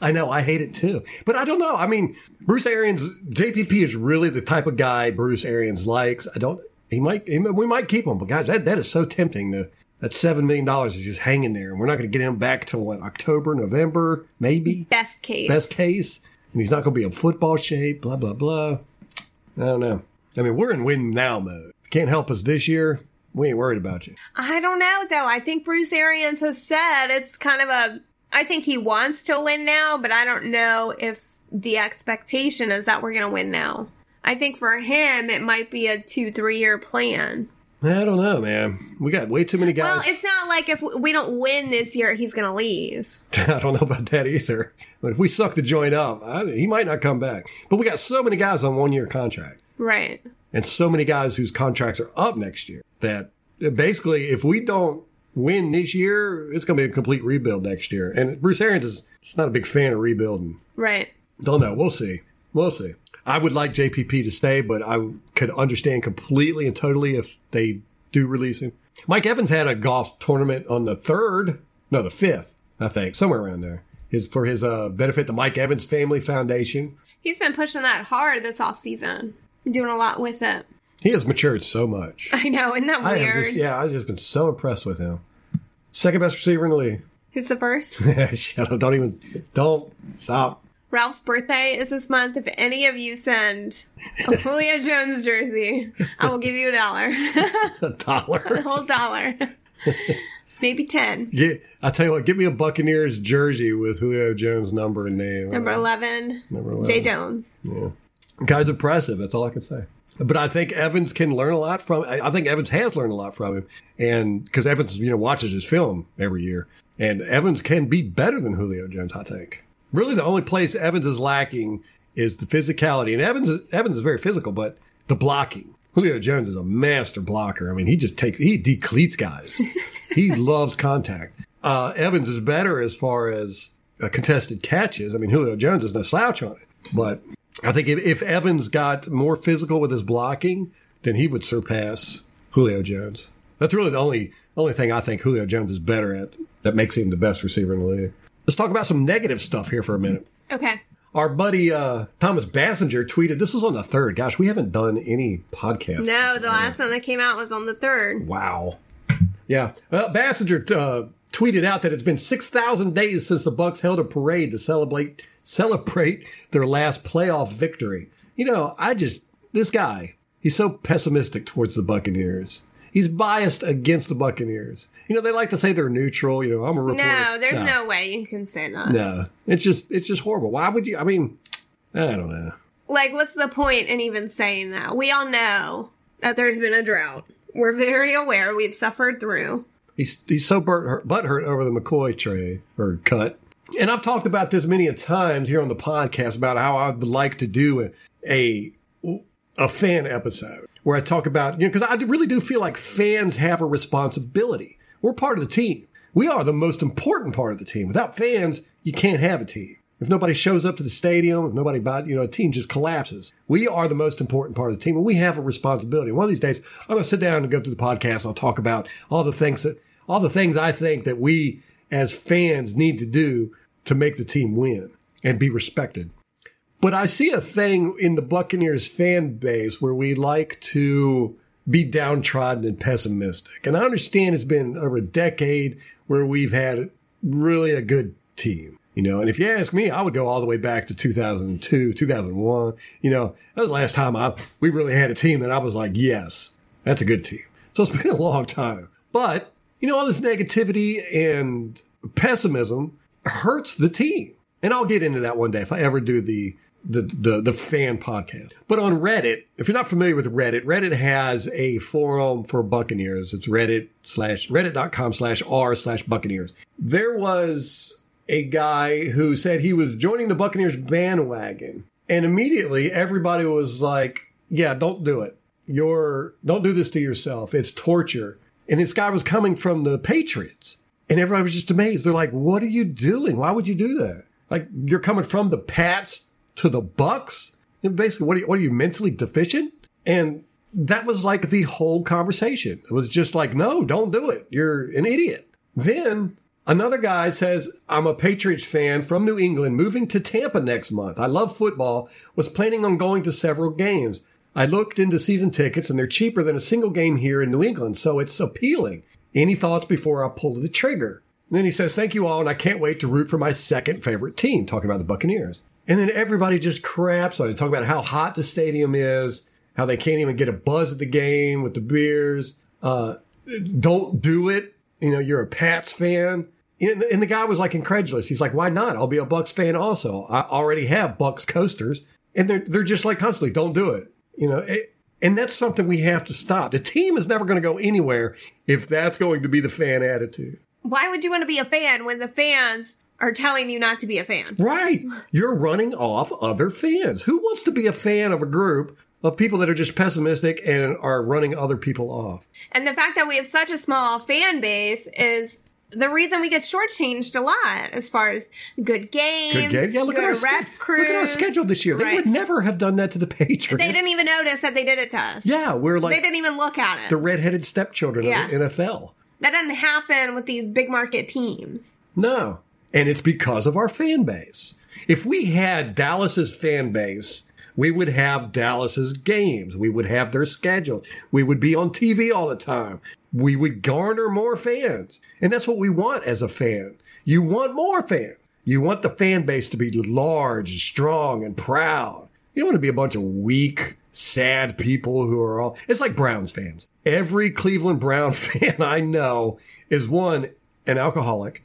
I know, I hate it too, but I don't know. I mean, Bruce Arians, JPP is really the type of guy Bruce Arians likes. I don't. He might. He, might- we might keep him, but guys, that that is so tempting. To, that seven million dollars is just hanging there, and we're not going to get him back till what October, November, maybe
Best case.
best case, and he's not going to be in football shape, blah, blah, blah. I don't know. I mean, we're in win now mode. If you can't help us this year, we ain't worried about you.
I don't know though. I think Bruce Arians has said it's kind of a. I think he wants to win now, but I don't know if the expectation is that we're going to win now. I think for him, it might be a two, three year plan.
I don't know, man. We got way too many guys.
Well, it's not like if we don't win this year, he's going to leave.
[LAUGHS] I don't know about that either. But if we suck the joint up, I, he might not come back. But we got so many guys on one year contract
Right.
and so many guys whose contracts are up next year that basically, if we don't win this year, it's going to be a complete rebuild next year. And Bruce Arians is he's not a big fan of rebuilding.
Right.
Don't know. We'll see. We'll see. I would like JPP to stay, but I could understand completely and totally if they do release him. Mike Evans had a golf tournament on the third, no, the fifth, I think, somewhere around there. His for his uh, benefit, the Mike Evans Family Foundation.
He's been pushing that hard this off season, doing a lot with it. [LAUGHS]
He has matured so much.
I know. Isn't that
I
weird?
have just, yeah, I've just been so impressed with him. Second best receiver in the league.
Who's the first? [LAUGHS]
[LAUGHS] Shut up! Don't even. Don't stop.
Ralph's birthday is this month. If any of you send [LAUGHS] a Julio Jones jersey, I will give you a dollar, [LAUGHS]
A
a
dollar. [LAUGHS]
whole [LAUGHS] dollar, maybe ten.
Yeah, I tell you what. Give me a Buccaneers jersey with Julio Jones number and name.
Number eleven,
Number 11.
Jay Jones.
Guy's impressive. That's all I can say. But I think Evans can learn a lot from. I I think Evans has learned a lot from him, and because Evans, you know, watches his film every year, and Evans can be better than Julio Jones. I think. Really, the only place Evans is lacking is the physicality, and Evans Evans is very physical, but the blocking. Julio Jones is a master blocker. I mean, he just takes he decleats guys. he loves contact. Uh, Evans is better as far as uh, contested catches. I mean, Julio Jones is no slouch on it, but I think if, if Evans got more physical with his blocking, then he would surpass Julio Jones. That's really the only only thing I think Julio Jones is better at that makes him the best receiver in the league. Let's talk about some negative stuff here for a minute.
Okay,
Our buddy uh, Thomas Bassinger tweeted. This was on the third. Gosh, we haven't done any podcast.
no, the last one that came out was on the third.
Wow. Yeah. Uh, Bassinger uh, tweeted out that it's been 6,000 days since the Bucks held a parade to celebrate celebrate their last playoff victory. You know, I just this guy, he's so pessimistic towards the Buccaneers. he's biased against the Buccaneers. You know, they like to say they're neutral. You know, I'm a reporter.
No, there's no. way you can say that.
no. It's just it's just horrible. Why would you? I mean, I don't know.
Like, what's the point in even saying that? We all know that there's been a drought. We're very aware we've suffered through.
He's he's so butthurt, butthurt over the McCoy trade or cut. And I've talked about this many a times here on the podcast about how I would like to do a a, a fan episode where I talk about you know because I really do feel like fans have a responsibility. We're part of the team. We are the most important part of the team. Without fans, you can't have a team. If nobody shows up to the stadium, if nobody buys, you know, a team just collapses. We are the most important part of the team, and we have a responsibility. One of these days, I'm going to sit down and go through the podcast. I'll talk about all the things that, all the things I think that we as fans need to do to make the team win and be respected. But I see a thing in the Buccaneers fan base where we like to be downtrodden and pessimistic. And I understand it's been over a decade where we've had really a good team. You know, and if you ask me, I would go all the way back to 2002, 2001. You know, that was the last time I we really had a team that I was like, yes, that's a good team. So it's [LAUGHS] been a long time. But, you know, all this negativity and pessimism hurts the team. And I'll get into that one day if I ever do the the the, the fan podcast. But on Reddit, if you're not familiar with Reddit, Reddit has a forum for Buccaneers. It's Reddit slash Reddit.com slash R slash Buccaneers. There was a guy who said he was joining the Buccaneers bandwagon. And immediately everybody was like, Yeah, don't do it. You're don't do this to yourself. It's torture. And this guy was coming from the Patriots. And everybody was just amazed. They're like, What are you doing? Why would you do that? Like you're coming from the Pats to the Bucks? And basically, what are you, what are you mentally deficient? And that was like the whole conversation. It was just like, no, don't do it. You're an idiot. Then another guy says, I'm a Patriots fan from New England, moving to Tampa next month. I love football, was planning on going to several games. I looked into season tickets and they're cheaper than a single game here in New England, so it's appealing. Any thoughts before I pull the trigger? And then he says, Thank you all, and I can't wait to root for my second favorite team, talking about the Buccaneers. And then everybody just craps on it, talking about how hot the stadium is, how they can't even get a buzz at the game with the beers. Uh, don't do it. You know, you're a Pats fan. And and the guy was like incredulous. He's like, Why not? I'll be a Bucks fan also. I already have Bucks coasters. And they're, they're just like constantly, Don't do it. You know, it, and that's something we have to stop. The team is never going to go anywhere if that's going to be the fan attitude.
Why would you want to be a fan when the fans are telling you not to be a fan?
Right. You're running off other fans. Who wants to be a fan of a group of people that are just pessimistic and are running other people off?
And the fact that we have such a small fan base is the reason we get shortchanged a lot as far as good games.
Good game. Yeah, look at, our
good ref
sch-
crews.
look at our schedule this year. They
Right.
would never have done that to the Patriots.
They didn't even notice that they did it to us.
Yeah, we're
They
like
didn't even look at it.
the redheaded stepchildren
Yeah.
of the NFL.
that doesn't happen with these big market teams.
No. And it's because of our fan base. If we had Dallas's fan base, we would have Dallas's games. We would have their schedules. We would be on TV all the time. We would garner more fans. And that's what we want as a fan. You want more fans. You want the fan base to be large and strong and proud. You don't want to be a bunch of weak, sad people who are all. It's like Browns fans. Every Cleveland Brown [LAUGHS] fan I know is one, an alcoholic,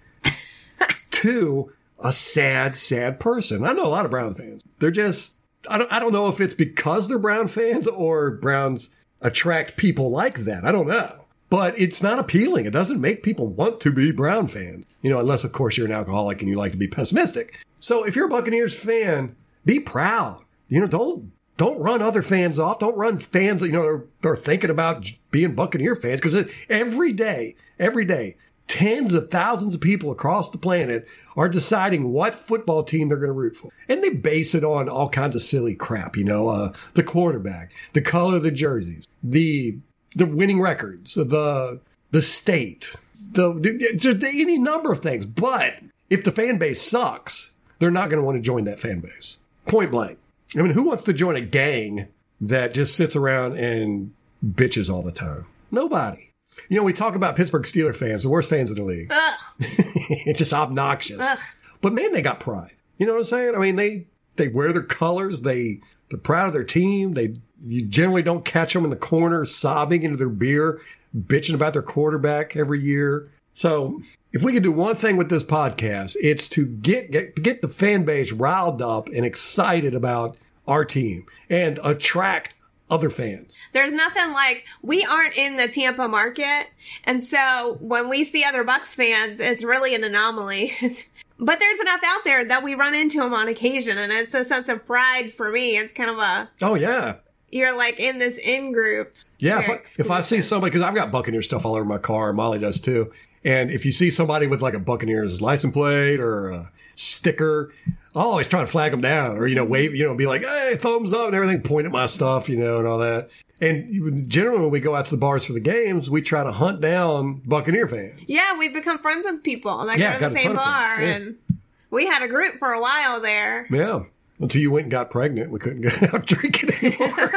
Two, a sad, sad person. I know a lot of Brown fans. They're just, I don't, I don't know if it's because they're Brown fans or Browns attract people like that. I don't know. But it's not appealing. It doesn't make people want to be Brown fans. You know, unless, of course, you're an alcoholic and you like to be pessimistic. So if you're a Buccaneers fan, be proud. You know, don't. Don't run other fans off. Don't run fans that, you know, are, are thinking about being Buccaneer fans because every day, every day, tens of thousands of people across the planet are deciding what football team they're going to root for. And they base it on all kinds of silly crap, you know, uh, the quarterback, the color of the jerseys, the the winning records, the the state, the, the just any number of things. But if the fan base sucks, they're not going to want to join that fan base. Point blank. I mean, who wants to join a gang that just sits around and bitches all the time? Nobody. You know, we talk about Pittsburgh Steelers fans, the worst fans in the league.
Ugh.
it's [LAUGHS] just obnoxious.
Ugh.
But man, they got pride. You know what I'm saying? I mean, they they wear their colors. They they're proud of their team. They you generally don't catch them in the corner sobbing into their beer, bitching about their quarterback every year. So if we could do one thing with this podcast, it's to get get, get the fan base riled up and excited about our team and attract other fans.
There's nothing like we aren't in the Tampa market, and so when we see other Bucks fans, it's really an anomaly. [LAUGHS] but there's enough out there that we run into them on occasion, and it's a sense of pride for me. It's kind of a
Oh yeah,
you're like in this in group.
Yeah, if I, if I see somebody, because I've got Buccaneer stuff all over my car, and Molly does too. And if you see somebody with like a Buccaneers license plate or a sticker, I'll always try to flag them down or, you know, wave, you know, be like, hey, thumbs up and everything, point at my stuff, you know, and all that. And you- generally, when we go out to the bars for the games, we try to hunt down Buccaneer fans.
Yeah, we've become friends with people that
Yeah,
go to
got a
the
ton
same
of
bar,
friends, yeah.
and we had a group for a while there.
Yeah. Until you went and got pregnant, we couldn't [LAUGHS] go out drinking anymore.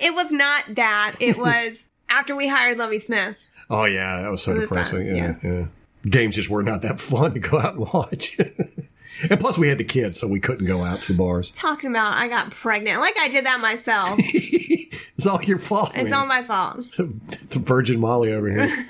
It was not that.
[LAUGHS]
It was after we hired Lovey Smith.
oh, yeah. That was so
It was fun,
depressing. yeah, yeah. Games just were not that [LAUGHS] fun to go out and watch. [LAUGHS] and plus, we had the kids, so we couldn't go out to bars.
Talking about I got pregnant, like I did that
[LAUGHS]
myself.
It's all your fault.
It's all my fault.
the Virgin Molly over here.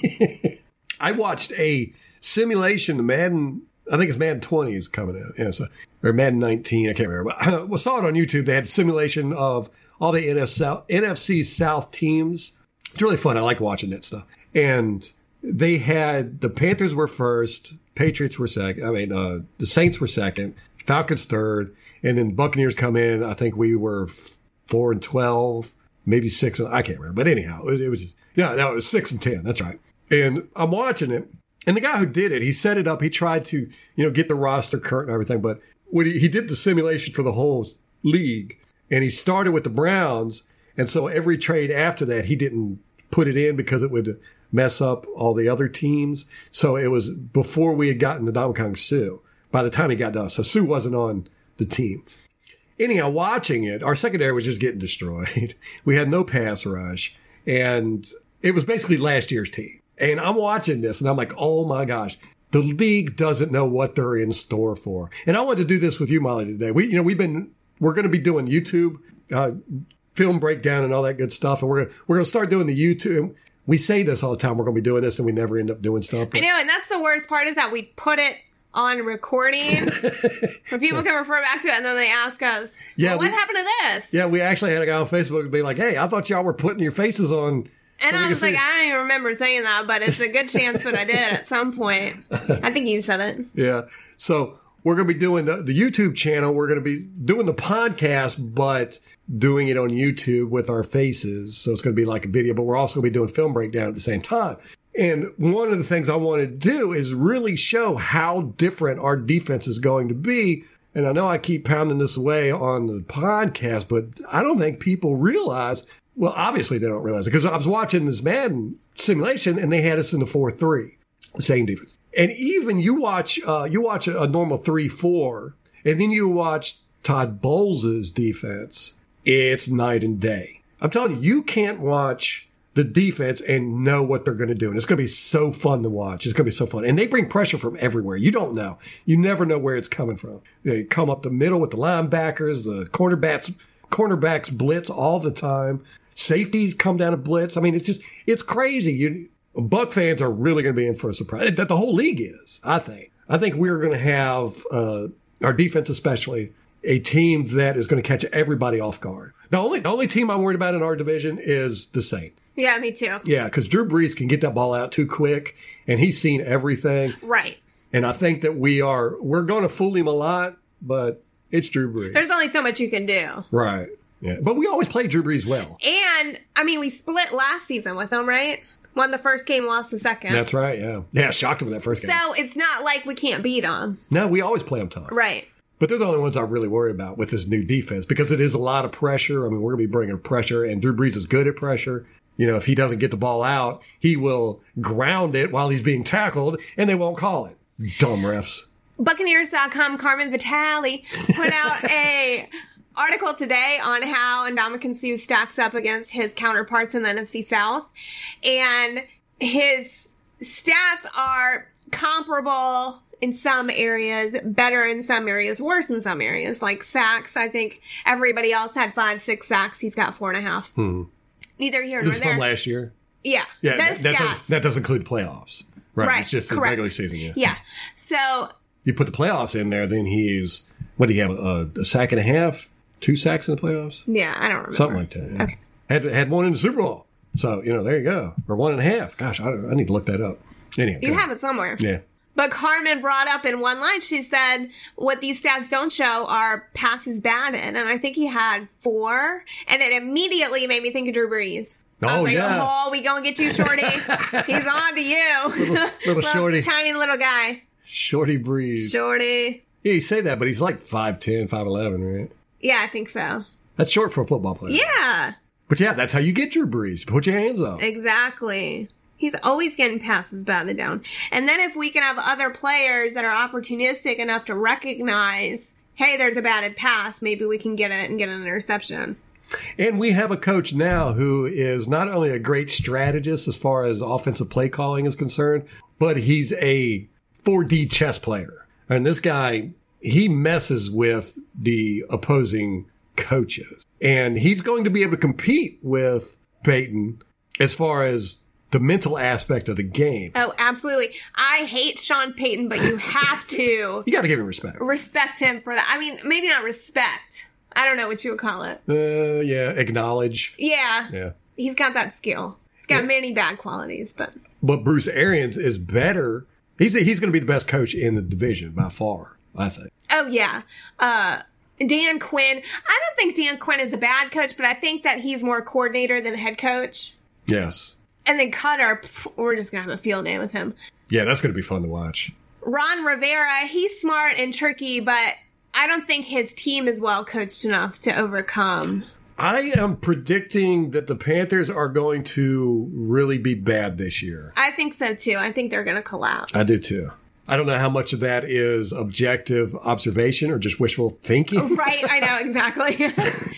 [LAUGHS] I watched a simulation, the Madden, I think it's Madden 20 is coming out. Yeah, so, or Madden 19, I can't remember. But [LAUGHS] I saw it on YouTube. They had a simulation of all the NSL, NFC South teams. It's really fun. I like watching that stuff. And they had the Panthers were first, Patriots were second. I mean, uh, the Saints were second, Falcons third, and then Buccaneers come in. I think we were f- four and twelve, maybe six. And, I can't remember, but anyhow, it, it was just, yeah, no, it was six and ten. That's right. And I'm watching it, and the guy who did it, he set it up. He tried to, you know, get the roster current and everything, but when he, he did the simulation for the whole league, and he started with the Browns, and so every trade after that, he didn't put it in because it would mess up all the other teams. So it was before we had gotten to Domkong Sue. By the time he got to us, so Sue wasn't on the team. Anyhow, watching it, our secondary was just getting destroyed. [LAUGHS] We had no pass rush, and it was basically last year's team. And I'm watching this, and I'm like, oh my gosh. The league doesn't know what they're in store for, and I wanted to do this with you, Molly, today. We, you know, we've been we're going to be doing YouTube uh, film breakdown and all that good stuff. And we're gonna, we're going to start doing the YouTube. We say this all the time. We're going to be doing this, and we never end up doing stuff.
I
But
know, and that's the worst part is that we put it on
[LAUGHS]
recording where people can refer back to it, and then they ask us,
Yeah,
well, what
we-
happened to this?"
yeah, we actually had a guy on Facebook be like, "Hey, I thought y'all were putting your faces on." so
and
we
I
can
was
see
like,
it."
"I don't even remember saying that, but it's a good chance that I did at some point." I think you said it.
Yeah. So we're going to be doing the, the YouTube channel. We're going to be doing the podcast, but doing it on YouTube with our faces. So it's going to be like a video, but we're also going to be doing film breakdown at the same time. And one of the things I want to do is really show how different our defense is going to be. And I know I keep pounding this away on the podcast, but I don't think people realize. Well, obviously they don't realize it because I was watching this Madden simulation and they had us in the 4 3 same defense. And even you watch uh, you watch a, a normal three four, and then you watch Todd Bowles' defense. It's night and day. I'm telling you, you can't watch the defense and know what they're going to do. And it's going to be so fun to watch. It's going to be so fun. And they bring pressure from everywhere. You don't know. You never know where it's coming from. They come up the middle with the linebackers, the cornerbacks, cornerbacks blitz all the time. Safeties come down and blitz. I mean, it's just it's crazy. You Buck fans are really going to be in for a surprise. That the whole league is, I think. I think we're going to have uh, our defense, especially a team that is going to catch everybody off guard. The only the only team I'm worried about in our division is the Saints.
Yeah, me too.
Yeah, because Drew Brees can get that ball out too quick, and he's seen everything.
Right.
And I think that we are we're going to fool him a lot, but it's Drew Brees,
There's only so much you can do.
right? Yeah, but we always play Drew Brees well.
And I mean, we split last season with them, right? Won the first game, lost the second.
That's right. Yeah, yeah. Shocked him in that first game.
so it's not like we can't beat them,
No, we always play him tough.
right?
But they're the only ones I really worry about with this new defense because it is a lot of pressure. I mean, we're going to be bringing pressure, and Drew Brees is good at pressure. You know, if he doesn't get the ball out, he will ground it while he's being tackled, and they won't call it. Dumb refs.
Buccaneers.com Carmen Vitale
[LAUGHS]
put out a article today on how Ndamukong Suh stacks up against his counterparts in the NFC South, and his stats are comparable in some areas, better in some areas, worse in some areas. Like sacks, I think everybody else had five, six sacks. He's got four and a half. Neither here nor
Hmm. This is
there.
from last year.
Yeah.
Yeah,
those
that, that
stats.
does, that does include playoffs, right?
Right,
It's just the
correct.
regular season. Yeah.
yeah. So
you put the playoffs in there, then he's what do you have a, a sack and a half, two sacks in the playoffs,
yeah, I don't remember.
something like that. yeah.
Okay.
Had had one in the Super Bowl, so you know there you go, or one and a half. Gosh, I, I need to look that up. Anyhow,
You
go
have it somewhere.
ahead. yeah.
But Carmen brought up in one line, she said, what these stats don't show are passes batted. And I think he had four. And it immediately made me think of Drew Brees. I
Oh,
was like,
yeah.
oh, we going to get
[LAUGHS]
you, Shorty. He's on to you. Little,
Shorty.
Tiny little guy.
Shorty Breeze.
Shorty.
yeah, you say that, but he's like 5'10", 5'11", right?
Yeah, I think so.
That's short for a football player.
Yeah,
But yeah, that's how you get your breeze. Put your hands up.
exactly. He's always getting passes batted down. And then if we can have other players that are opportunistic enough to recognize, hey, there's a batted pass, maybe we can get it and get an interception.
And we have a coach now who is not only a great strategist as far as offensive play calling is concerned, but he's a 4D chess player. And this guy, he messes with the opposing coaches. And he's going to be able to compete with Peyton as far as the mental aspect of the game.
Oh, absolutely. I hate Sean Payton, but you
[LAUGHS]
have to
You got to give him respect.
respect him for that. I mean, maybe not respect. I don't know what you would call it.
Uh, yeah, acknowledge.
Yeah,
Yeah.
he's got that skill. He's got many bad qualities, but
But Bruce Arians is better. He's, he's going to be the best coach in the division by far, I think.
oh yeah. Uh, Dan Quinn. I don't think Dan Quinn is a bad coach, but I think that he's more coordinator than head coach.
Yes.
And then Cutter, pff, we're just gonna have a field day with him.
Yeah, that's going to be fun to watch.
Ron Rivera, he's smart and tricky, but I don't think his team is well coached enough to overcome.
I am predicting that the Panthers are going to really be bad this year.
I think so too. I think they're going
[LAUGHS]
to collapse.
I do too. I don't know how much of that is objective observation or just wishful
[LAUGHS]
thinking.
right, I know exactly.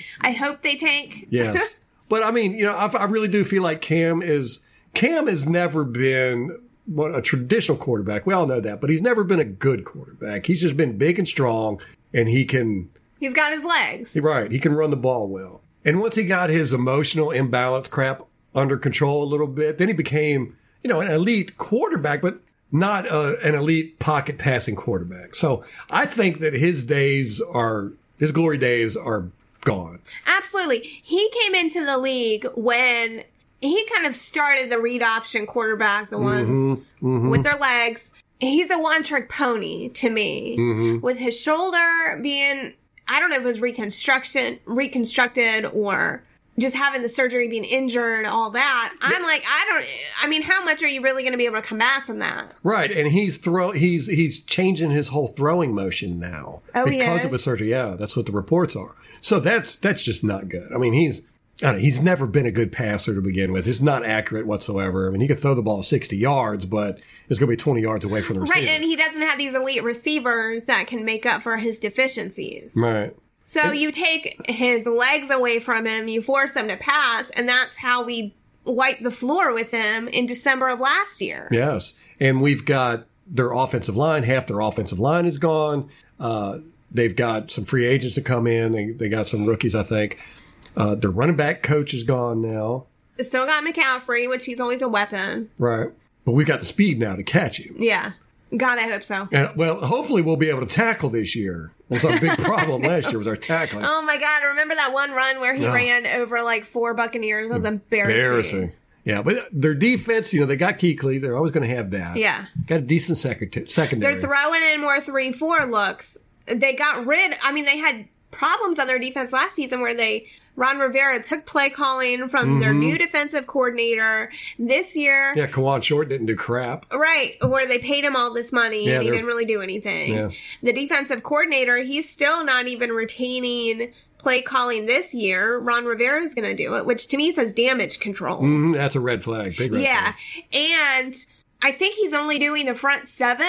[LAUGHS] I hope they tank.
yes. But I mean, you know, I, I really do feel like Cam is Cam has never been what a traditional quarterback. We all know that, but he's never been a good quarterback. He's just been big and strong, and he can
[LAUGHS] He's got his legs.
Right. He can run the ball well. And once he got his emotional imbalance crap under control a little bit, then he became, you know, an elite quarterback, but not uh an elite pocket passing quarterback. So I think that his days are, his glory days are gone.
Absolutely. He came into the league when he kind of started the read option quarterback, the ones with their legs. He's a one trick pony to me, with his shoulder being, I don't know if it was reconstruction, reconstructed or just having the surgery being injured, all that. I'm like, I don't, I mean, how much are you really going to be able to come back from that?
Right. And he's throw, he's, he's changing his whole throwing motion now
Oh, he
because of
is?
his surgery. Yeah. That's what the reports are. So that's, that's just not good. I mean, he's, I don't know, he's never been a good passer to begin with. It's not accurate whatsoever. I mean, he could throw the ball 60 yards, but it's going to be 20 yards away from the receiver.
Right, and he doesn't have these elite receivers that can make up for his deficiencies.
right.
So you take his legs away from him, you force him to pass, and that's how we wiped the floor with him in December of last year.
Yes. And we've got their offensive line, half their offensive line is gone. Uh, they've got some free agents to come in. They, they got some rookies, I think. Uh, their running back coach is gone now.
Still got McCaffrey, which he's always a weapon.
Right. But we've got the speed now to catch him.
Yeah. God, I hope so.
And, well, hopefully we'll be able to tackle this year. That was our
[LAUGHS]
big problem last year was our tackling.
Oh my God, remember that one run where he ran over like four Buccaneers? That was embarrassing.
Embarrassing. Yeah, but their defense, you know, they got Keekly. They're always going to have that.
Yeah.
Got a decent secretary, secondary.
They're throwing in more three four looks. They got rid. I mean, they had problems on their defense last season where they Ron Rivera took play calling from their new defensive coordinator this year.
yeah, Kawan Short didn't do crap.
Right, where they paid him all this money
Yeah,
and he
they're-
didn't really do anything.
Yeah.
The defensive coordinator, he's still not even retaining play calling this year. Ron Rivera's going to do it, which to me says damage control.
Mhm, that's a red flag. Big red flag.
Yeah. And I think he's only doing the front seven,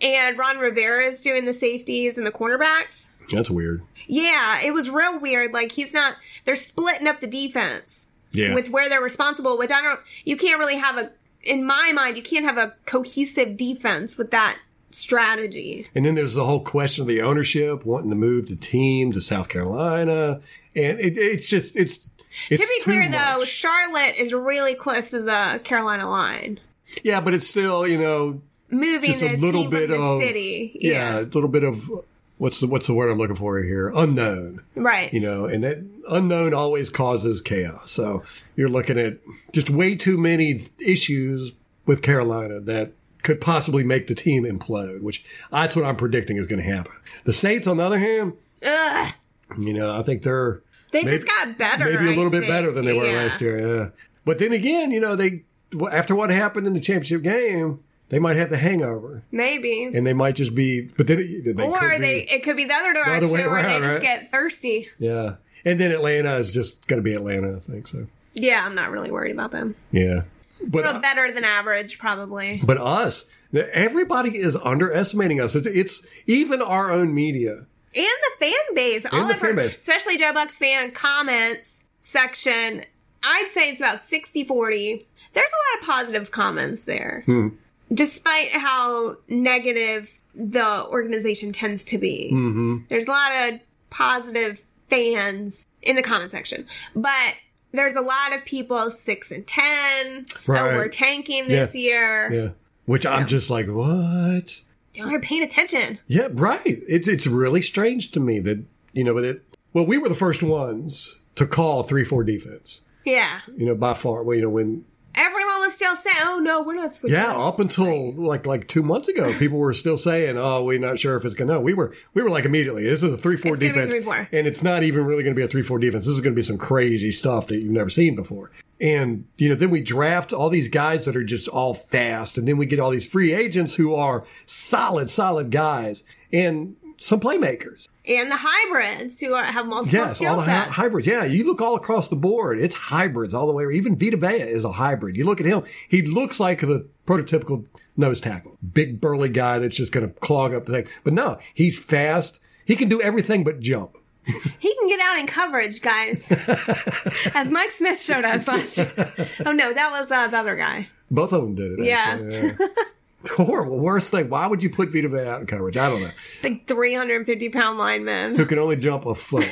and Ron Rivera is doing the safeties and the cornerbacks.
That's weird.
Yeah, it was real weird. Like, he's not, they're splitting up the defense
Yeah.
with where they're responsible, which I don't, you can't really have a, in my mind, you can't have a cohesive defense with that strategy.
and then there's the whole question of the ownership wanting to move the team to South Carolina, and it, it's just it's It's
to be
too
clear, though,
much.
Charlotte is really close to the Carolina line.
yeah, but it's still you know
Moving
just
the
a little
team
bit
from the
of
city.
yeah, a little bit of what's the what's the word I'm looking for here? Unknown.
Right.
you know, and that unknown always causes chaos. So you're looking at just way too many issues with Carolina that could possibly make the team implode, which that's what I'm predicting is going to happen. The Saints, on the other hand,
Ugh.
you know, I think they're
They
Maybe-
just got better.
maybe a
I
little bit
think.
better than they were
Yeah.
last year. Yeah. But then again, you know, they after what happened in the championship game, they might have the hangover,
Maybe.
and they might just be. But then they could
or
be-
they it could be the other direction
way
where
around,
they just
right?
get thirsty.
yeah. And then Atlanta is just going to be Atlanta, I think so.
Yeah, I'm not really worried about them.
Yeah. But
Well, better than average, probably.
But us, everybody is underestimating us. It's, it's even our own media.
And the fan base. all
the
of our-
fan base.
Especially Joe Buck's fan comments section. I'd say it's about 60 40. There's a lot of positive comments there.
Hmm.
Despite how negative the organization tends to be,
Mm-hmm.
there's a lot of positive fans in the comment section. But there's a lot of people six and ten.
Right.
Oh, we're tanking this
Yeah.
year.
Yeah. Which I'm just like, what?
Y'all are paying attention.
Yeah, right. It, it's really strange to me that, you know, that, well, we were the first ones to call 3 4 defense,
Yeah.
you know, by far. Well, you know, when,
Everyone was still saying, oh, no, we're not switching.
yeah, up until like like two months ago, people were still saying, oh, we're not sure if it's going to, no, we were, we were like immediately, this is a 3 4
It's gonna be
defense.
3-4.
And it's not even really going to be a 3 4 defense. This is going to be some crazy stuff that you've never seen before. And, you know, then we draft all these guys that are just all fast. And then we get all these free agents who are solid, solid guys and some playmakers.
and the hybrids who are, have multiple
Yes, all
skill
the hy-
sets.
hybrids. Yeah, you look all across the board. It's hybrids all the way. Even Vita Vea is a hybrid. You look at him; he looks like the prototypical nose tackle, big burly guy that's just going to clog up the thing. But no, he's fast. He can do everything but jump.
he can get out in
[LAUGHS]
coverage, guys, as Mike Smith showed us last year. Oh no, that was uh, the other guy.
Both of them did it.
Yeah.
actually, yeah. Horrible. Worst thing. Why would you put Vita Vea out in coverage? I don't know.
Big 350 pound lineman.
who can only jump a foot.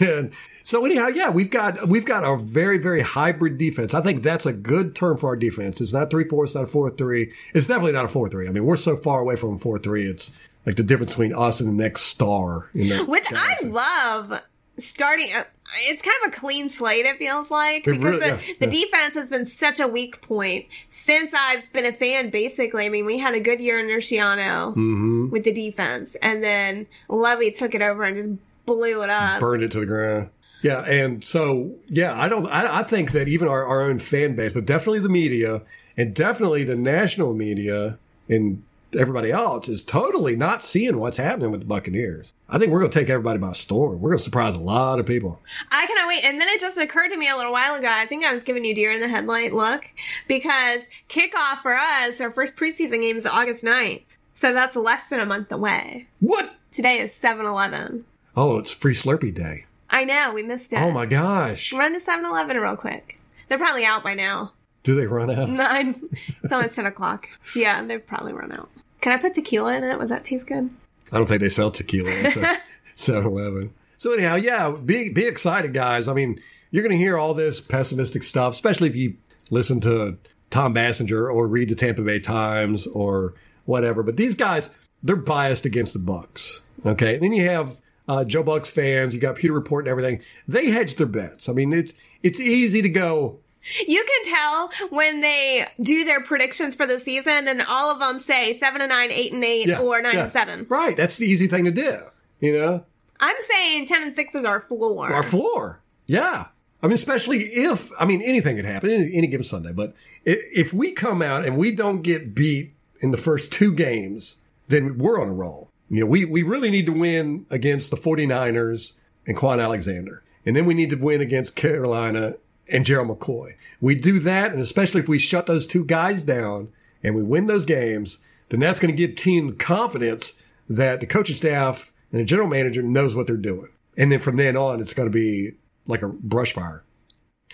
and so anyhow, yeah, we've got we've got a very very hybrid defense. I think that's a good term for our defense. It's not three four, it's not four three, it's definitely not a four three. I mean, we're so far away from four three. It's like the difference between us and the next star. You know,
Which I love starting. Uh, it's kind of a clean slate, it feels like, because
really-
the,
yeah,
the
yeah.
defense has been such a weak point since I've been a fan, basically. I mean, we had a good year in Nurciano
Mm-hmm.
with the defense, and then Levy took it over and just blew it up.
burned it to the ground. Yeah, and so yeah, I don't. I, I think that even our, our own fan base, but definitely the media, and definitely the national media, and everybody else is totally not seeing what's happening with the Buccaneers. I think we're going to take everybody by storm. We're going to surprise a lot of people.
I cannot wait. And then it just occurred to me a little while ago. I think I was giving you deer in the headlight look because kickoff for us, our first preseason game is August 9th. So that's less than a month away.
What?
Today is 7 Eleven.
Oh, it's Free Slurpee Day.
I know, we missed it.
Oh my gosh!
Run to 7 Eleven real quick. They're probably out by now.
Do they run out?
Nine. It's almost 10 o'clock. Yeah, they've probably run out. Can I put tequila in it? Would that taste good?
I don't think they sell tequila at 7 Eleven. So, anyhow, yeah, be, be excited, guys. I mean, you're going to hear all this pessimistic stuff, especially if you listen to Tom Bassinger or read the Tampa Bay Times or whatever. But these guys, they're biased against the Bucks. Okay. And then you have uh, Joe Bucks fans, you got Peter Report and everything. They hedge their bets. I mean, it's, it's easy to go,
You can tell when they do their predictions for the season and all of them say 7 and 9, 8 and 8,
yeah,
or 9
yeah.
and 7.
Right. That's the easy thing to do, you know?
I'm saying 10 and 6 is our floor.
our floor. Yeah. I mean, especially if, I mean, anything could happen any, any given Sunday, but i- if we come out and we don't get beat in the first two games, then we're on a roll. You know, we, we really need to win against the 49ers and Quan Alexander. And then we need to win against Carolina and Gerald McCoy. We do that, and especially if we shut those two guys down and we win those games, then that's going to give team confidence that the coaching staff and the general manager knows what they're doing. And then from then on, it's going to be like a brush fire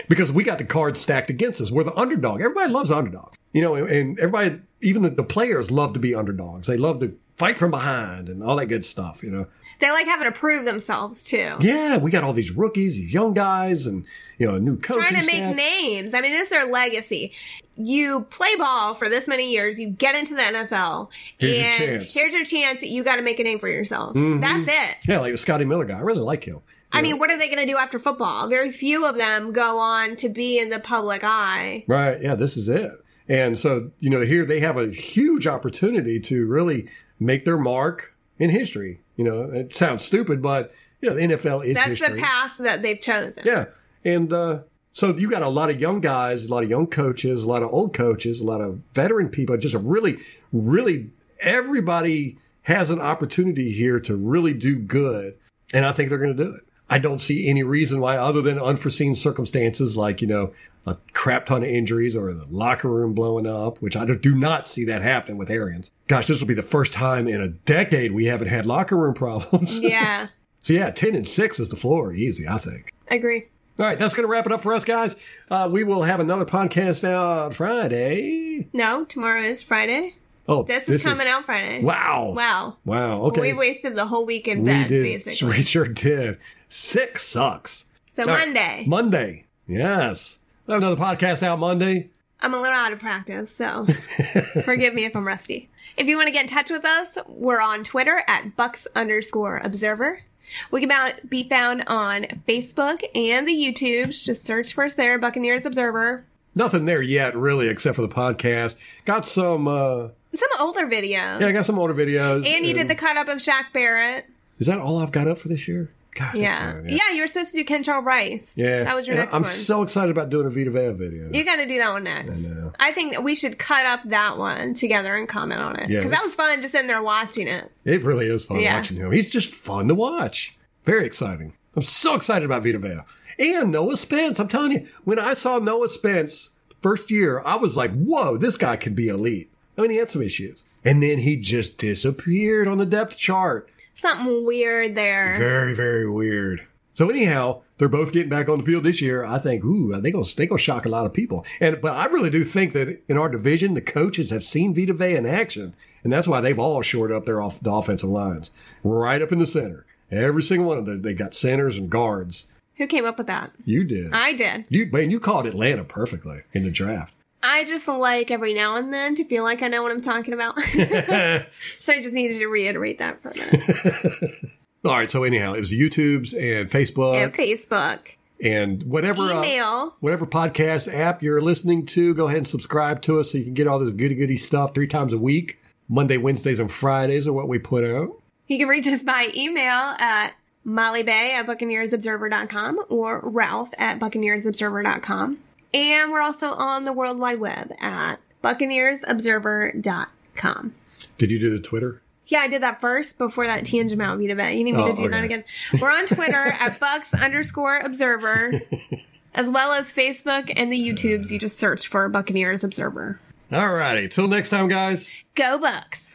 because we got the cards stacked against us. We're the underdog. Everybody loves underdog, you know, and, and everybody, even the, the players, love to be underdogs. They love to fight from behind and all that good stuff, you know.
They like having to prove themselves too.
Yeah, we got all these rookies, these young guys, and you know, new coaches.
Trying to make names. I mean, this is their legacy. You play ball for this many years, you get into the NFL,
Here's your
and
chance. Mm-hmm.
here's your chance. You got to make a name for yourself. That's it.
Yeah, like the Scotty Miller guy. I really like him.
I mean, what are they going to do after football? Very few of them go on to be in the public eye.
Right. Yeah, this is it. And so, you know, here they have a huge opportunity to really make their mark in history. You know, it sounds stupid, but, you know, the NFL is
That's
history.
the path that they've chosen.
Yeah. And uh, so you got a lot of young guys, a lot of young coaches, a lot of old coaches, a lot of veteran people, just a really, really everybody has an opportunity here to really do good. And I think they're going to do it. I don't see any reason why, other than unforeseen circumstances like, you know, a crap ton of injuries or the locker room blowing up, which I do not see that happening with Arians. Gosh, this will be the first time in a decade we haven't had locker room [LAUGHS] problems.
yeah.
so, yeah, 10 and 6 is the floor. Easy, I think.
Agree.
All right, that's going to wrap it up for us, guys. Uh, we will have another podcast now on Friday.
No, tomorrow is Friday.
Oh,
This, is coming out Friday.
Wow.
Wow.
Wow. Okay.
We wasted the whole week in
We
bed,
did.
basically.
[LAUGHS] We sure did. Six sucks.
So
All right,
Monday,
Monday. Yes. We'll have another podcast out Monday.
I'm a little out of
[LAUGHS]
practice, so forgive me if I'm rusty. If you want to get in touch with us, we're on Twitter at Bucks underscore Observer. We can bou- be found on Facebook and the YouTubes. Just search for us there, Buccaneers Observer.
Nothing there yet, really, except for the podcast. Got some. uh
Some older videos.
Yeah, I got some older videos.
and you did the cut up of Shaq Barrett.
Is that all I've got up for this year? God, that's
Yeah.
so-
yeah. you were supposed to do Kentrell Rice.
Yeah.
That was your
And
next
I'm
one.
so excited about doing a Vita Vea video.
You got to do that one next.
I know.
I, think that we should cut up that one together and comment on it
Yeah,
because that
let's-
was fun just in there watching it.
It really is fun
Yeah.
watching him. He's just fun to watch. Very exciting. I'm so excited about Vita Vea. And Noah Spence. I'm telling you, when I saw Noah Spence first year, I was like, whoa, this guy could be elite. I mean, he had some issues. And then he just disappeared on the depth chart.
Something weird there.
Very, very weird. So anyhow, they're both getting back on the field this year. I think, ooh, they gonna they gonna shock a lot of people. And but I really do think that in our division, the coaches have seen Vita Vea in action, and that's why they've all shored up their off the offensive lines, right up in the center. Every single one of them, they got centers and guards.
Who came up with that?
You did,
I did.
you man, you called Atlanta perfectly in the draft.
I just like every now and then to feel like I know what I'm talking about. [LAUGHS] so I just needed to reiterate that for a minute.
All right, so anyhow, it was the YouTubes and Facebook
And Facebook,
and whatever uh,
email.
whatever podcast app you're listening to, go ahead and subscribe to us so you can get all this goody goody stuff three times a week. Monday, Wednesdays, and Fridays are what we put out.
You can reach us by email at Molly Bay at BuccaneersObserver.com or Ralph at BuccaneersObserver.com. And we're also on the World Wide Web at BuccaneersObserver.com.
Did you do the Twitter?
Yeah, I did that first before that Tangent Mount Vita bet. You need me
Oh,
to do that
okay.
again. We're on
[LAUGHS]
Twitter at Bucks underscore Observer, as well as Facebook and the YouTubes. You just search for Buccaneers Observer.
All righty. Till next time, guys.
Go Bucks!